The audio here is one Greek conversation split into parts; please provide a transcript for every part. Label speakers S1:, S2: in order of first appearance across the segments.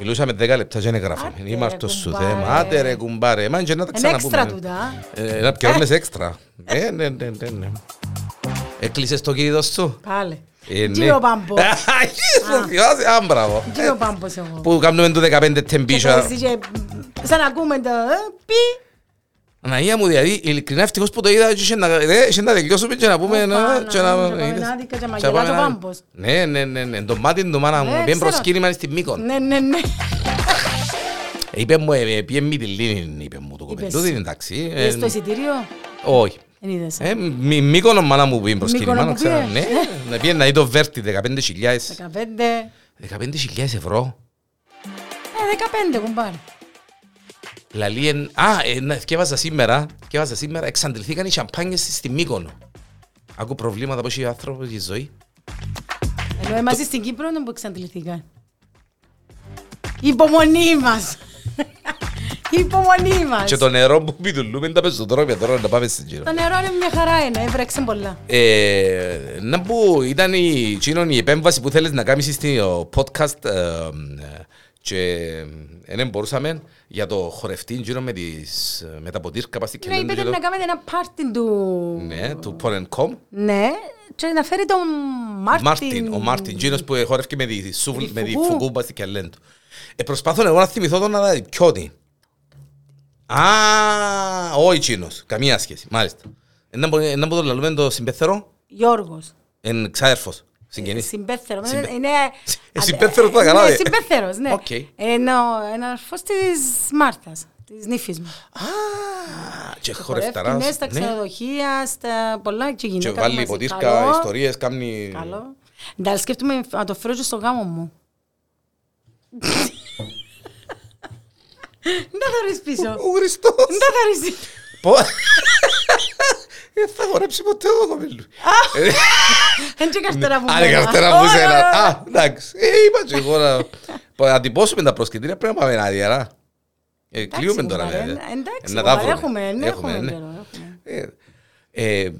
S1: Μιλούσαμε 10 λεπτά και δεν γράφαμε.
S2: Άντε,
S1: Είμαστε
S2: ρε,
S1: στο
S2: κουμπάρε.
S1: θέμα. Άντε ρε κουμπάρε. Μα και να τα
S2: Είναι
S1: ξαναπούμε.
S2: έξτρα τούτα.
S1: Ε, Να πιάνουμε σε έξτρα. Ε, ναι, ναι, ναι, ναι. Έκλεισες το κείδο σου.
S2: Πάλι.
S1: Ε, ναι.
S2: Κύριο Πάμπο.
S1: Α, γύρω, θυμάσαι. Α, μπράβο.
S2: Κύριο Πάμπος εγώ.
S1: Που κάνουμε το 15
S2: Και
S1: τεμπίσια.
S2: εσύ και, μ, Σαν να ακούμε το ε, πι.
S1: Αναγία μου, δηλαδή, ειλικρινά ευτυχώς που το είδα, έτσι είχε να, ρε, είχε να τελειώσουμε και να πούμε...
S2: Οπα,
S1: ε,
S2: να
S1: και να-
S2: πούμε, να
S1: ε,
S2: πάμε
S1: είδες.
S2: άδικα και να
S1: Και να
S2: μαγελάζει
S1: πάμε
S2: ο
S1: να-
S2: Βάμπος.
S1: Ναι, ναι, ναι, ναι. Το μάτι του μάνα μου.
S2: Ναι,
S1: Πήγαινε
S2: ξέρω.
S1: προσκύνημα στην Μύκονο.
S2: Ναι, ναι, ναι.
S1: Ε, Είπε μου, ε, πήγαινε Μυτιλίνη, είπε μου το
S2: Είπες.
S1: κοπελούδι, εντάξει. ε,
S2: Είδες το εισιτήριο.
S1: Όχι.
S2: Δεν είδες. ε.
S1: Ε, μη- Μύκονο μάνα μου πήγαινε προσκύνημα,
S2: Μύκονο
S1: να
S2: που
S1: ξέρω.
S2: πήγες.
S1: Ναι, να πήγαινε να δει το Βέρτι, 15.000.
S2: 15. Ε,
S1: 15.000 ευρώ.
S2: 15 Ε, κουμπάρε.
S1: Λαλή, εν- α, ε, να- θκεύαζα σήμερα, θκεύαζα σήμερα, εξαντληθήκαν οι σαμπάνιες στη Μύκονο. Άκου προβλήματα που έχει ο άνθρωπος στη ζωή.
S2: Ενώ εμάς Ε, στην Κύπρο δεν που εξαντληθήκαν. Η υπομονή μας. Η υπομονή μας.
S1: Και το νερό που πηδουλούμε τα πεζοδρόμια τώρα να πάμε στην Κύπρο.
S2: Το νερό είναι μια χαρά είναι, έβρεξε πολλά.
S1: Ε, να πω, ήταν η, εκείνον η επέμβαση που θέλεις να κάνεις στο podcast ε, και δεν μπορούσαμε για το χορευτή γύρω με, τις, με τα ποτήρκα πας στη
S2: Ναι,
S1: κελέντα
S2: είπε
S1: και
S2: να
S1: το-
S2: κάνετε ένα πάρτι του...
S1: Ναι, του Porn.com.
S2: Ναι, και να φέρει τον
S1: Μάρτιν,
S2: Μάρτιν.
S1: ο Μάρτιν, εκείνος που χορεύει με τη, σούβλ,
S2: Τη
S1: με τη
S2: φουκού.
S1: φουκού πας στη κελέντα. Ε, προσπάθω εγώ να θυμηθώ τον να ποιο είναι. Α, όχι εκείνος, καμία σχέση, μάλιστα. Ε, Να μπορεί- να μπορώ να λαλούμε το συμπεθερό.
S2: Γιώργος.
S1: Εν ξάδερφος,
S2: Ε,
S1: συγγενής.
S2: Συμπέθερος.
S1: Συμπε-
S2: Είναι...
S1: Ε, συμπέθερος το καλά,
S2: Ναι,
S1: ε.
S2: συμπέθερος, ναι.
S1: Οκ.
S2: Ενώ ένα αρφός της Μάρθας, της νύφης μου.
S1: Α, και
S2: Χορεύει,
S1: χορευταράς.
S2: ναι, στα
S1: ναι.
S2: ξενοδοχεία, στα πολλά και γυναίκα.
S1: Και
S2: του
S1: βάλει
S2: μαζί.
S1: ποτήρκα,
S2: Καλό,
S1: ιστορίες, κάνει...
S2: Καλό. Εντάξει, σκέφτομαι να το φέρω και στο γάμο μου. Δεν θα ρίσεις πίσω.
S1: Ο Χριστός.
S2: Δεν θα ρίσεις.
S1: Πω. Ε, Θα χορέψει ποτέ το κοπέλου.
S2: Δεν και καρτέρα μου.
S1: Άλλη καρτέρα μου είσαι ένα. Α, εντάξει. Ε, είπα και εγώ να... Πω, Να τυπώσουμε τα προσκεντήρια, πρέπει να πάμε ένα διαρά. Ε, κλείουμε τώρα.
S2: κουμπάρε,
S1: ε,
S2: εν- ναι, Εντάξει,
S1: να τα
S2: κουμπάρε,
S1: βρούμε.
S2: έχουμε, ναι, έχουμε
S1: ναι.
S2: καιρό, έχουμε.
S1: Ε, ε,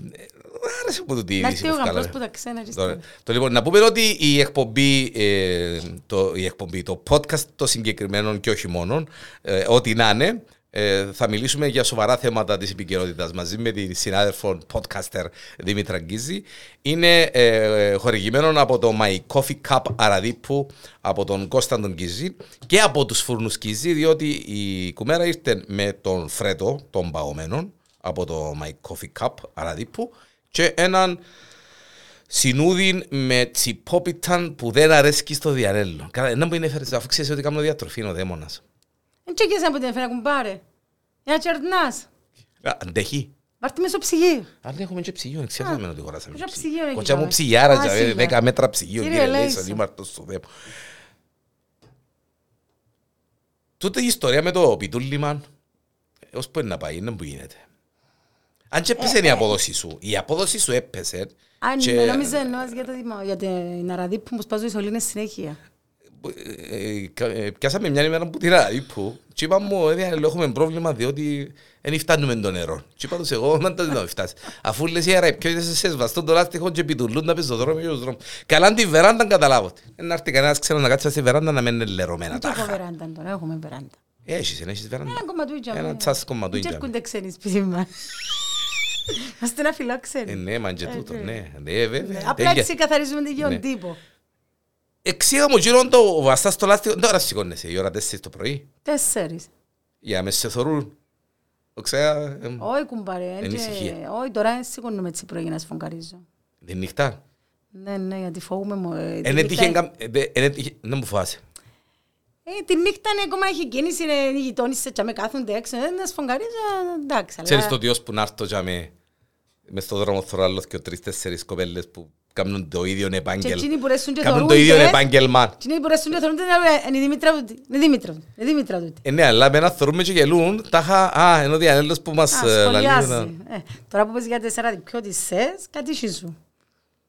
S1: Άρεσε που το τι
S2: Να
S1: είδηση
S2: έρθει ο
S1: που
S2: γαμπρός
S1: βγάλαμε.
S2: που τα ξένα. ρε,
S1: Τώρα,
S2: στην-
S1: το λοιπόν, να πούμε ότι η εκπομπή, ε, το, η εκπομπή, το podcast το συγκεκριμένο και όχι μόνο, ε, ό,τι να είναι, ε, θα μιλήσουμε για σοβαρά θέματα της επικαιρότητας μαζί με την συνάδελφο podcaster Δήμητρα Γκίζη. Είναι ε, χορηγημένο από το My Coffee Cup Αραδίπου από τον Κώστα τον Γκίζη και από τους φούρνους Γκίζη διότι η κουμέρα ήρθε με τον Φρέτο των παγωμένων από το My Coffee Cup Αραδίπου και έναν συνούδι με τσιπόπιταν που δεν αρέσκει στο διαρέλο. Καλά, να μου είναι έφερες, αφού ξέρεις ότι κάνω διατροφή είναι ο δαίμονας.
S2: Εν τσέκες να που την έφερα κουμπάρε. Για να τσερνάς.
S1: Α, Αντέχει.
S2: Βάρτε με στο ψυγείο.
S1: Αν έχουμε και ψυγείο, ξέρουμε ότι χωράσαμε.
S2: Ποια ψυγείο έχει
S1: Κοτσιά μου
S2: πάμε.
S1: ψυγιάρα,
S2: Α,
S1: δηλαδή,
S2: σίγουρα.
S1: δέκα μέτρα ψυγείο.
S2: Κύριε
S1: Κύριε Λέισον,
S2: Λέισον.
S1: είμαι αρτός στο δέμο. Τούτη η ιστορία με το πιτούλιμα, ως που είναι να πάει, είναι που γίνεται. Αν και έπεσε
S2: Ε,
S1: η απόδοση σου, η απόδοση σου έπεσε.
S2: Αν
S1: και-
S2: με νόμιζε εννοάς για, τα δημο- για την αραδίπου που σπάζουν οι σωλήνες συνέχεια.
S1: Ε, κα- ε, πιάσαμε μια ημέρα που την αρήπου και είπα μου ότι έχουμε πρόβλημα διότι δεν φτάνουμε το νερό. Και είπα τους εγώ να το δεν φτάσει. Αφού λες η αέρα ποιο σε σβαστό το λάστιχο και επιτουλούν να πεις στο δρόμο και στο δρόμο. Καλά την βεράντα καταλάβω. Δεν έρθει κανένας ξέρω να κάτσει στη βεράντα να μένει λερωμένα
S2: Δεν το έχω
S1: τάχα.
S2: βεράντα τώρα, έχουμε βεράντα.
S1: Έχεις, δεν έχεις βεράντα.
S2: Ένα κομματούιτζα.
S1: Ένα
S2: μου,
S1: τσάς
S2: ε.
S1: κομματούιτζα
S2: Δεν
S1: μου.
S2: έρχονται ξένοι σπίτι μας. Είμαστε να
S1: Ε,
S2: φιλόξενοι.
S1: ναι, μα και
S2: Ε,
S1: τούτο,
S2: ναι.
S1: ναι. Ναι, βέβαια.
S2: Απλά
S1: Τέλεια.
S2: έτσι καθαρίζουμε την
S1: Ναι.
S2: γιον τύπο.
S1: Εξήγα μου γύρω το βαστάς στο λάστιχο. Τώρα σηκώνεσαι η ώρα 4 το πρωί.
S2: Τέσσερις.
S1: Για να με σε θωρούν. ε, Ξέρω, εμ,
S2: Όχι κουμπάρε.
S1: Είναι ησυχία.
S2: Όχι τώρα δεν σηκώνομαι έτσι πρωί για να σφογγαρίζω.
S1: τη νύχτα.
S2: Ναι, ναι, γιατί φοβούμαι. μο- ε, τη
S1: Εν
S2: νύχτα-
S1: έτυχε καμ- ε, δε- εν έτυχε- Δεν μου φοβάσαι.
S2: Ε, τη νύχτα είναι ακόμα έχει κίνηση, είναι οι γειτόνισσε και με κάθονται έξω, ε, να σφογγαρίζω, εντάξει. αλλά-
S1: Ξέρεις το ότι ως που να έρθω για με μες στον δρόμο θωρώ άλλος και τέσσερις κοπέλες που κάνουν το ίδιο
S2: Και
S1: επάγγελμα.
S2: εκείνοι που ρέσουν και
S1: Κάνουν το
S2: θωρούνται,
S1: ίδιο επάγγελμα.
S2: εκείνοι που ρέσουν και θωρούνται, ε, είναι η Δήμητρα τούτη, είναι η Δήμητρα τούτη, είναι η Δήμητρα τούτη.
S1: Ε, ναι, αλλά με ένα θωρούμε και γελούν, τάχα, α, ενώ διανέλος που μας
S2: Α,
S1: ε, λαλείς,
S2: σχολιάζει. Ε, Τώρα που πες για τέσσερα διπιώτησες, κάτι είσαι σου.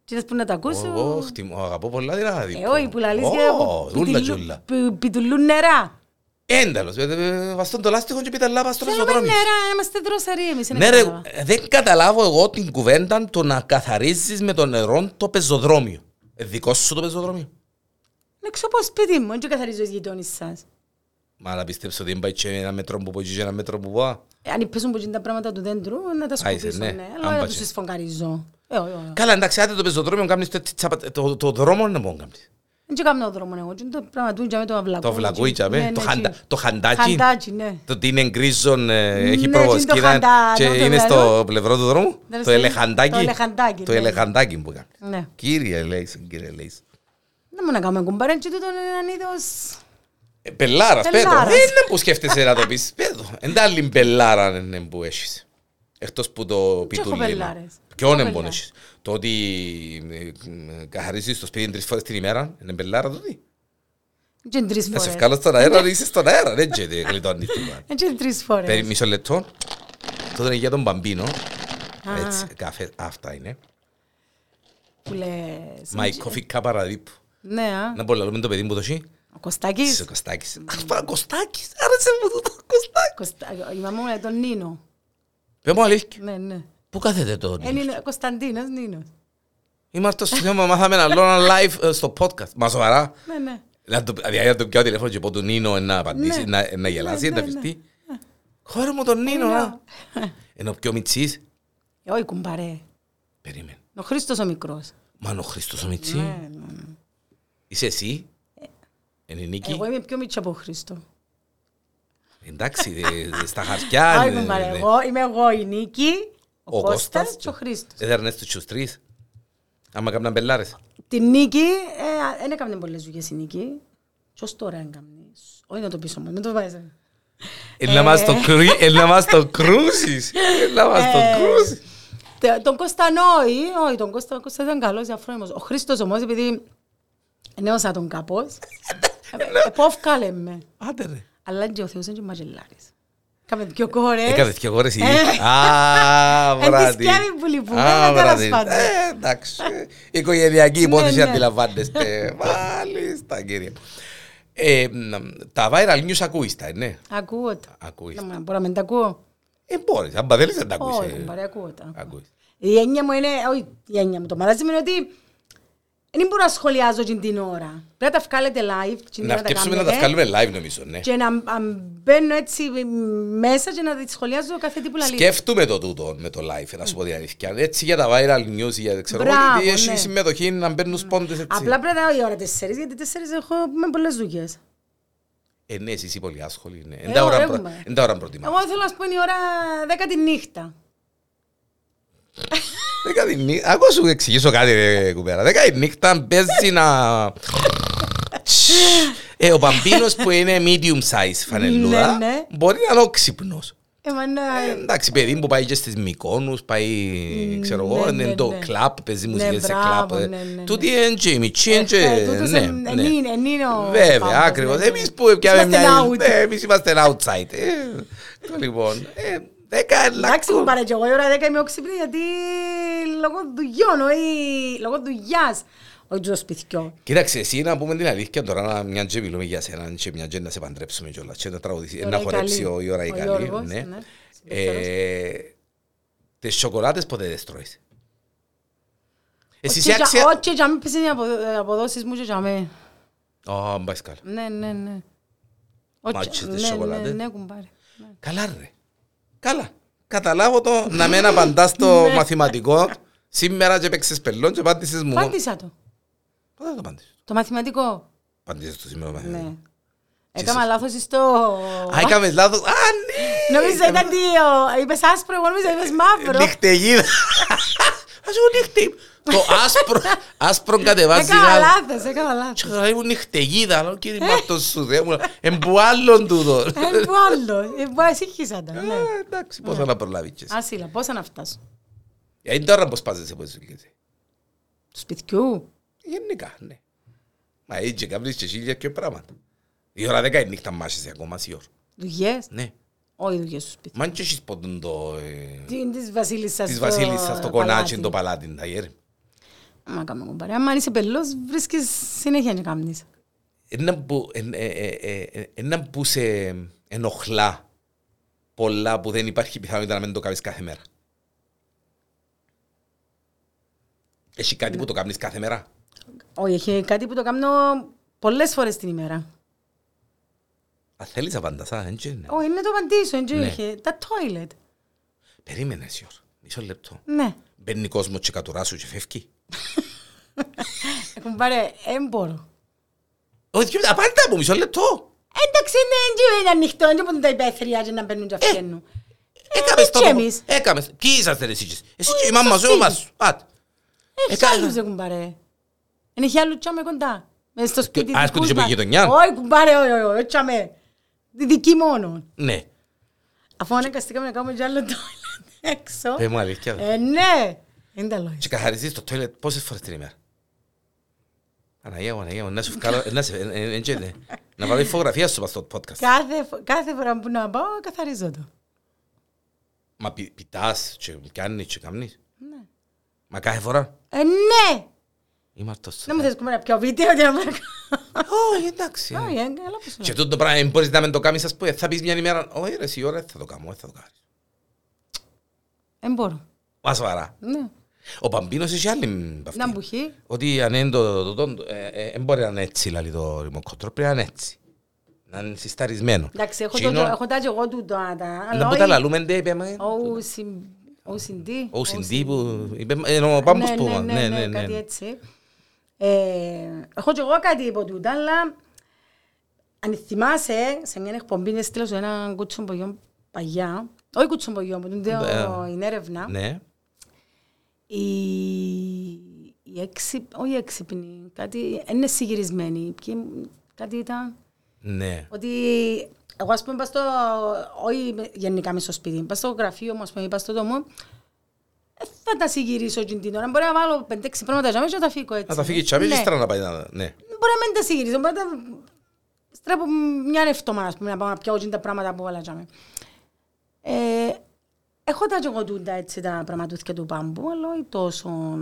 S2: Τις θες που να τα
S1: να-
S2: ακούσουν.
S1: Εγώ χτιμώ, αγαπώ πολλά την άδικο.
S2: Ε, όχι, που λαλείς για
S1: Ω,
S2: που
S1: Δούλα
S2: πιτιλού-
S1: τζούλα.
S2: που πιτουλούν νερά.
S1: Ένταλος, ε, ε, βαστόν το λάστιχο και πήτα λάπα στον
S2: Θέλουμε
S1: δρόμο.
S2: νερά, είμαστε δροσεροί εμείς. είναι
S1: Ναι ρε,
S2: κατάλαβα.
S1: ε, δεν καταλάβω εγώ την κουβέντα το να καθαρίζεις με το νερό το πεζοδρόμιο. Ε, Δικό σου το πεζοδρόμιο.
S2: Λέξω από σπίτι μου, δεν το καθαρίζω τις γειτόνες σας.
S1: Μα να πιστέψω ότι δεν πάει και ένα μέτρο που πάει και ένα μέτρο που πάει.
S2: Ε, Αν πέσουν που είναι τα πράγματα του δέντρου, να τα
S1: είσαι,
S2: σκουπίσω,
S1: ναι.
S2: ναι.
S1: Αν
S2: Αλλά να τους
S1: πάτσε.
S2: σφογγαρίζω. Ε, όχι, όχι.
S1: Καλά, εντάξει, άντε το πεζοδρόμιο, κάνεις το, έτσι τσαπα- το, το δρόμο να μπορεί να κάνεις.
S2: Δεν και κάνω δρόμο ναι, εγώ, και το πράγμα του είναι το αυλακό.
S1: Το βλακούι, τσάμε,
S2: Ναι, ναι,
S1: το,
S2: και-
S1: χαντα, το χαντάκι.
S2: Χαντάκι, ναι.
S1: Το ότι είναι γκρίζον, ε, έχει
S2: είναι το
S1: προβοσκίδα
S2: χαντά-
S1: και
S2: το
S1: είναι
S2: βεβαίως.
S1: στο πλευρό του δρόμου.
S2: Δεν
S1: Το
S2: ξέρω. Το
S1: ελεχαντάκι.
S2: ελεχαντάκι,
S1: Το
S2: ναι.
S1: ελεχαντάκι που κάνει.
S2: Ναι.
S1: Κύριε Λέισον, κύριε Λέισον.
S2: Να μου να κάνουμε κουμπάρεν και τούτο είναι έναν είδος...
S1: Ε, Πελάρας, πέτω. Δεν
S2: Πελάρας.
S1: είναι ναι που σκέφτεσαι να το πεις. Πέτω. Εν τα άλλη πελάρα είναι που έχεις. Εκτός που το
S2: Τι έχω
S1: πιτούλι.
S2: πελάρες.
S1: Ποιον
S2: Έχω
S1: εμπόν
S2: πελάρες.
S1: έχεις. Το ότι καθαρίζεις το σπίτι τρεις φορές την ημέρα, είναι πελάρα το τι.
S2: Και είναι τρεις
S1: Να σε
S2: φορές.
S1: βγάλω στον αέρα,
S2: Ναι.
S1: να είσαι στον αέρα. Δεν τζέτε, γλιτώνει
S2: Έτσι είναι τρεις φορές.
S1: Περί μισό λεπτό. Τότε είναι για τον μπαμπίνο.
S2: Α.
S1: Έτσι, καφέ, αυτά είναι.
S2: Που λες...
S1: My coffee cup παραδείπου.
S2: Ναι, α.
S1: Να πω, λέμε το παιδί μου το σι.
S2: Ο Κωστάκης.
S1: Σε Κωστάκης. Ας πω, Κωστάκης. Άρεσε μου το το Κωστάκης.
S2: Κωστά- Η μαμά μου λέει τον Νίνο.
S1: Πες μου αλήθεια.
S2: Ναι, ναι.
S1: Πού κάθεται το
S2: Ε, Νίνο- Κωνσταντίνος Νίνος.
S1: Είμαστε στο θέμα, μάθαμε ένα λόγο live ε, στο podcast. Μα σοβαρά.
S2: Ναι, ναι.
S1: Να το- Δηλαδή να το πιάω τηλέφωνο και πω του Νίνο να απαντήσει,
S2: Ναι.
S1: να- να γελάσει,
S2: Ναι,
S1: να
S2: ναι,
S1: φυστεί. Χώρα μου τον Νίνο. α. Ενώ πιο Μιτσής.
S2: Ε, Όχι κουμπαρέ.
S1: Περίμενε.
S2: Ο Χρήστος ο μικρός.
S1: Μα ο Χρήστος ο Μιτσής.
S2: Ναι, ναι, ναι.
S1: Είσαι εσύ. Είναι η Νίκη.
S2: Εγώ είμαι πιο μίτσια από ο Χρήστο.
S1: Εντάξει, δε- δε- στα χαρτιά.
S2: Όχι
S1: δε-
S2: κουμπαρέ.
S1: δε-
S2: Εγώ είμαι εγώ η Νίκη, ο,
S1: ναι. Ο Κώστας
S2: Κώστας και ο
S1: και-
S2: Χρήστος.
S1: Δεν θα έρνες τους τους τρεις. Άμα κάμναν πελάρες.
S2: Τη Νίκη, ε, δεν έκαμε πολλές δουλειές η Νίκη. Και ως τώρα έκαμε. Όχι να το πεις όμως, μην το βάζεις.
S1: Ε, να μας το κρου- ε, να μας το κρούσεις. Ε, να μας το
S2: Ε,
S1: κρούσεις.
S2: τε- Τον Κώστα νόη, όχι, τον Κώστα, ο Κώστας ήταν καλός, διαφρόνιμος. Ο Χρήστος όμως, επειδή νέωσα τον κάπως, ε, επόφκαλε με.
S1: Άντε ρε.
S2: Αλλά και ο Θεός είναι και μαγελάρης. Κάμε πιο κόρες.
S1: Έκανε και εγώ ρε εσύ.
S2: Ε.
S1: Α,
S2: Εν της
S1: βράδυ.
S2: σκιάβη που λυπούμε,
S1: Α,
S2: αλλά τέλος
S1: βράδυ.
S2: πάντων.
S1: Ε, Εντάξει. Οικογενειακή υπόθεση
S2: ναι.
S1: αντιλαμβάνεστε. Μάλιστα, κύριε. Ε, μ, Τα viral news ακούεις τα, ναι.
S2: Ακούω τα.
S1: Ακούεις.
S2: Να μου- Μπορώ να μην τα ακούω.
S1: Ε, μπορείς. Αν θέλεις δεν τα ακούεις.
S2: Όχι,
S1: ε.
S2: κουμπάρε, ακούω τα.
S1: Ακούεις.
S2: Η έννοια μου είναι, όχι η έννοια μου, το μαράζι μου είναι ότι δεν μπορώ να σχολιάζω την, την ώρα. Πρέπει να τα βγάλετε live. την ώρα
S1: Να φτιάξουμε να
S2: κάνετε
S1: τα βγάλουμε live νομίζω, ναι.
S2: Και να μ- αν μπαίνω έτσι μέσα και να τη σχολιάζω κάθε τι που λέει.
S1: Σκέφτομαι το τούτο με το live, να σου πω την αλήθεια. Έτσι για τα viral news, για ξέρω εγώ,
S2: Μπράβο,
S1: γιατί έχει
S2: ναι.
S1: συμμετοχή να μπαίνουν σπόντες έτσι.
S2: Απλά πρέπει να είναι η ώρα τέσσερις, γιατί τέσσερις έχω με πολλές δουλειές.
S1: Ε, ναι, εσύ είσαι πολύ άσχολη. ναι. Εν
S2: Ε,
S1: τα ώρα
S2: ωραία,
S1: προ-
S2: μα.
S1: εν τα ώρα προτιμάς.
S2: Εγώ θέλω να σου πω είναι η ώρα δέκα τη νύχτα.
S1: Δέκα τη νύχτα. Ακούω σου εξηγήσω κάτι, ρε κουπέρα. Δέκα τη νύχτα παίζει να... Τσ. ε, ο παμπίνος που είναι medium size φανελούδα
S2: Ναι, ναι.
S1: μπορεί να είναι όξυπνος.
S2: Ε, μα να-
S1: Ε, Εντάξει, παιδί που πάει και στις Μικόνους, πάει, ξέρω εγώ,
S2: ναι,
S1: είναι
S2: ναι,
S1: το
S2: ναι.
S1: κλαπ, παίζει μουσική σε
S2: μπράβο,
S1: κλαπ.
S2: ναι,
S1: ε.
S2: ναι, ναι.
S1: Τούτοι είναι και οι μητσοί, είναι και-
S2: Ε, τούτος
S1: ναι,
S2: εν- εν
S1: ναι.
S2: είναι- εν είναι ο
S1: Βέβαια,
S2: παππούς,
S1: ακριβώς.
S2: ναι, ναι.
S1: Εμείς που πιάμε
S2: Είμαστε
S1: μια...
S2: out.
S1: ναι, Εμείς είμαστε outside. Ε, το Λοιπόν, ε, δέκα
S2: Εντάξει,
S1: λακκού.
S2: μου πάρε και εγώ η ώρα 10 είμαι όξυπνη γιατί λόγω δουλειών, όχι λόγω δουλειάς, όχι του σπιτιού.
S1: Κοίταξε, εσύ να πούμε την αλήθεια τώρα, να μια και μιλούμε για σένα και μια και να σε παντρέψουμε κιόλας και να τραγουδήσει,
S2: Τώρα
S1: να
S2: η
S1: χορέψει
S2: καλή.
S1: ο, η ώρα η
S2: Ο
S1: καλή.
S2: Γιώργος,
S1: ναι.
S2: ναι.
S1: Ε, τις σοκολάτες ποτέ δεν στρώεις. Εσύ
S2: Όχι,
S1: είσαι
S2: για-
S1: άξια...
S2: Όχι, και για μη πεις είναι οι απο- ε, αποδόσεις μου και για μέ.
S1: Α, μπας καλά.
S2: Ναι, ναι, ναι. Όχι,
S1: Μάλιστα, τις
S2: ναι,
S1: σοκολάτες.
S2: Ναι, ναι, κουμπάρε. Ναι.
S1: Καλά ρε. Καλά. Καταλάβω το να μην απαντάς στο
S2: Ναι.
S1: μαθηματικό. Σήμερα και παίξες πελόν και απάντησες μου. Πότε
S2: Πάντησα το.
S1: θα το απάντησες.
S2: Το μαθηματικό.
S1: Απάντησες το σήμερα.
S2: Ναι.
S1: μαθηματικό.
S2: Έκανα
S1: Jesus.
S2: λάθος στο...
S1: Α, έκαμες λάθος. Α, ναι.
S2: Νόμιζα ήταν δύο. Είπες άσπρο, εγώ νόμιζα είπες μαύρο.
S1: Νυχτεγίδα. Ας μου νυχτε. Το άσπρο, άσπρο κατεβάζει.
S2: Έκανα
S1: άλλο.
S2: λάθος, έκανα
S1: Και
S2: λάθος.
S1: θα ήμουν νυχτεγίδα. Λέω κύριε Μάρτος σου δε μου. Εμπού άλλον τούτο.
S2: Ε, που άλλο. Ε, που ασύχησα τα.
S1: Ε,
S2: ναι.
S1: Εντάξει, πώς θα να προλάβεις. και εσύ.
S2: Άσυλα, πόσα να φτάσω.
S1: Ε, Είναι τώρα που σπάζεσαι πώς δουλειάζει.
S2: Του σπιτιού.
S1: Γενικά, ναι. Μα έτσι κάνεις και χίλια και πράγματα. Η ώρα δέκα η νύχτα μάχεσαι ακόμα σιόρ.
S2: Δουλειές.
S1: Ναι.
S2: Όχι δουλειές στο σπίτι.
S1: Μα αν και έχεις πόντον το... ε,
S2: Τι είναι της Βασίλισσας
S1: Της
S2: στο
S1: βασίλισσας το κονάτσι,
S2: παλάτι.
S1: το παλάτι, τα γέρ.
S2: Μα κάμε κουμπάρε. Άμα είσαι πελός βρίσκεις συνέχεια να κάνεις.
S1: Ένα που, εν- ε, ε, ε, ένα που σε ενοχλά πολλά που δεν υπάρχει πιθανότητα να μην το κάνεις κάθε μέρα. Έχει κάτι που το κάνεις κάθε μέρα.
S2: Όχι, έχει κάτι που το κάνω Πολλές φορές την ημέρα.
S1: Αν θέλεις απαντάς, α, ναι. έτσι είναι.
S2: Όχι, είναι το απαντήσω, έτσι
S1: Ναι.
S2: είχε. Τα toilet.
S1: Περίμενε, Σιωρ. Μισό λεπτό.
S2: Ναι.
S1: Μπαίνει κόσμος και κατουρά σου και φεύγει.
S2: Έχουν πάρει έμπορο.
S1: Όχι, και μετά, απάντα μου, μισό λεπτό.
S2: Ε, Εντάξει, είναι έτσι είναι ανοιχτό, είναι που τα υπαίθρια και να μπαίνουν και αφιένουν.
S1: Έκαμε
S2: ε,
S1: το.
S2: και εμείς.
S1: Έκαμε. Ποιοι είσαστε εσείς. Εσύ και η
S2: στο
S1: μάμα σου,
S2: σπίτι.
S1: ο μας. Πάτε. Ε,
S2: Έχει
S1: Εκα-
S2: άλλους έχουν πάρει. Είναι έχει άλλους τσάμε κοντά. Μες στο σπίτι
S1: Ας,
S2: δικούς
S1: σκούνται και από
S2: μας.
S1: τη γειτονιά.
S2: Όχι, κουμπάρε, όχι, όχι, όχι, τσάμε. Δι- Δική μόνο.
S1: Ναι.
S2: Αφού αναγκαστήκαμε να κάνουμε και άλλο toilet έξω.
S1: Πες μου αλήθεια.
S2: Ε, ναι. Είναι τα λόγια.
S1: Και καθαριζείς το toilet πόσες φορές την ημέρα. Αναγία μου, Αναγία μου, να σου βγάλω, να σε, ε, ε, έτσι είναι. να βάλω φωτογραφία σου στο podcast.
S2: Κάθε, φο- κάθε φορά που να πάω, καθαρίζω το.
S1: Μα πη- πητάς και κάνεις και κάνεις.
S2: Ναι.
S1: Μα κάθε φορά.
S2: Ε, ναι!
S1: Είμαι αρτός.
S2: Να μου θες κουμπάρε να πιω βίντεο και να μου
S1: Όχι, εντάξει.
S2: Όχι, ε, καλά που σου λέω.
S1: Και τούτο πράγμα δεν μπορείς να με το κάνεις, ας πούμε, θα πεις μια ημέρα, όχι ρε, εσύ, ώρα, δεν θα το κάνω, δεν θα το κάνω.
S2: Ε, μπορώ.
S1: Μα σοβαρά.
S2: Ναι.
S1: Ο Παμπίνος έχει άλλη αυτή.
S2: Να μπουχεί.
S1: Ότι αν είναι το το- το- το- ε, ε, ε, μπορεί να είναι έτσι, δηλαδή το remote control, πρέπει να είναι έτσι. Να είναι συσταρισμένο.
S2: Εντάξει, έχω
S1: Και
S2: το-
S1: είναι-
S2: έχω τα και εγώ του τα...
S1: Να που τα λαλούμε, ντε, είπε, μα,
S2: OCD.
S1: Ο Σιντή που είπε, ενώ ο Πάμπος που
S2: ναι, ναι, ναι, κάτι έτσι. Ε, έχω και εγώ κάτι υπό τούτα, αλλά αν θυμάσαι, σε μια εκπομπή έστειλα σου ένα κουτσομπογιό παγιά, όχι κουτσομπογιό, που τούντε
S1: Ναι.
S2: η έρευνα,
S1: Ναι.
S2: η, η έξι, όχι έξυπνη, κάτι, είναι συγκυρισμένη, ποιοι, κάτι ήταν,
S1: Ναι.
S2: ότι εγώ ας πούμε πας στο, όχι με- γενικά μέσα στο σπίτι, πας στο γραφείο μου ας πούμε, ή πας στο δωμό, ε, θα τα συγκυρίσω εκείνη την ώρα. Μπορεί να βάλω πέντε-έξι πράγματα για μέσα και να τα φύγω έτσι.
S1: Να τα φύγει η τσάπης και
S2: Ναι.
S1: ύστερα να πάει να... Ναι.
S2: Μπορεί να μην τα συγκυρίσω, μπορεί να τα στρέπω μια νευτόμα ας πούμε, να πάω να πιάω εκείνη τα πράγματα που βάλα για μέ. Ε, έχω τα και εγώ τούτα έτσι τα πραγματούθηκια του πάμπου, αλλά όχι τόσο...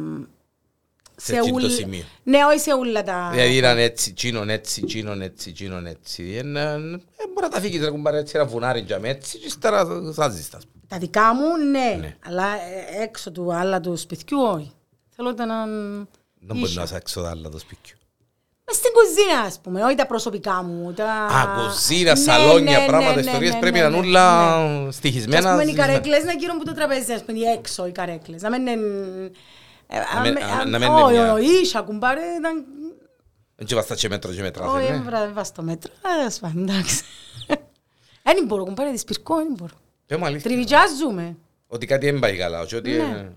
S1: Σε εκείνο το σημείο.
S2: Ναι, όχι σε όλα τα...
S1: Δηλαδή ήταν έτσι, τσίνον έτσι, τσίνον έτσι, τσίνον έτσι. Ε, να- ε, Μπορεί να τα φύγει, ρε κουμπάρε, έτσι ένα βουνάρι και έτσι και ύστερα θα ζεις. ας πούμε.
S2: Τα δικά μου, ναι.
S1: Ναι.
S2: Αλλά ε, έξω του άλλα του σπιτιού, όχι. Θέλω τα να...
S1: Δεν μπορεί να σε έξω τα άλλα το σπίτι.
S2: Μες στην κουζίνα, ας πούμε, όχι τα προσωπικά μου. Τα... Ναι,
S1: Α, κουζίνα, σαλόνια, πράγματα, ιστορίες πρέπει να είναι όλα
S2: Και ας
S1: στοιχισμένα.
S2: πούμε οι
S1: ζυγισμένα.
S2: καρέκλες να γύρω από το τραπέζι, ας πούμε, οι έξω οι καρέκλες. Να μην είναι... ε,
S1: Να μην-
S2: α,
S1: να-
S2: α,
S1: να μην είναι
S2: όχι,
S1: μια-
S2: όχι, ίσια κουμπάρε, ήταν...
S1: Δεν και βαστά και μέτρο και μέτρα.
S2: Όχι,
S1: ναι.
S2: έβρα- έβα στο μέτρο. Ας, ας πούμε, εντάξει. Δεν μπορώ, κουμπάρε, δυσπυρκώ, δεν μπορώ.
S1: Πες μου αλήθεια.
S2: Τριβιτζάζουμε.
S1: Ότι κάτι δεν πάει καλά. ότι- ότι,
S2: Ναι.
S1: ε,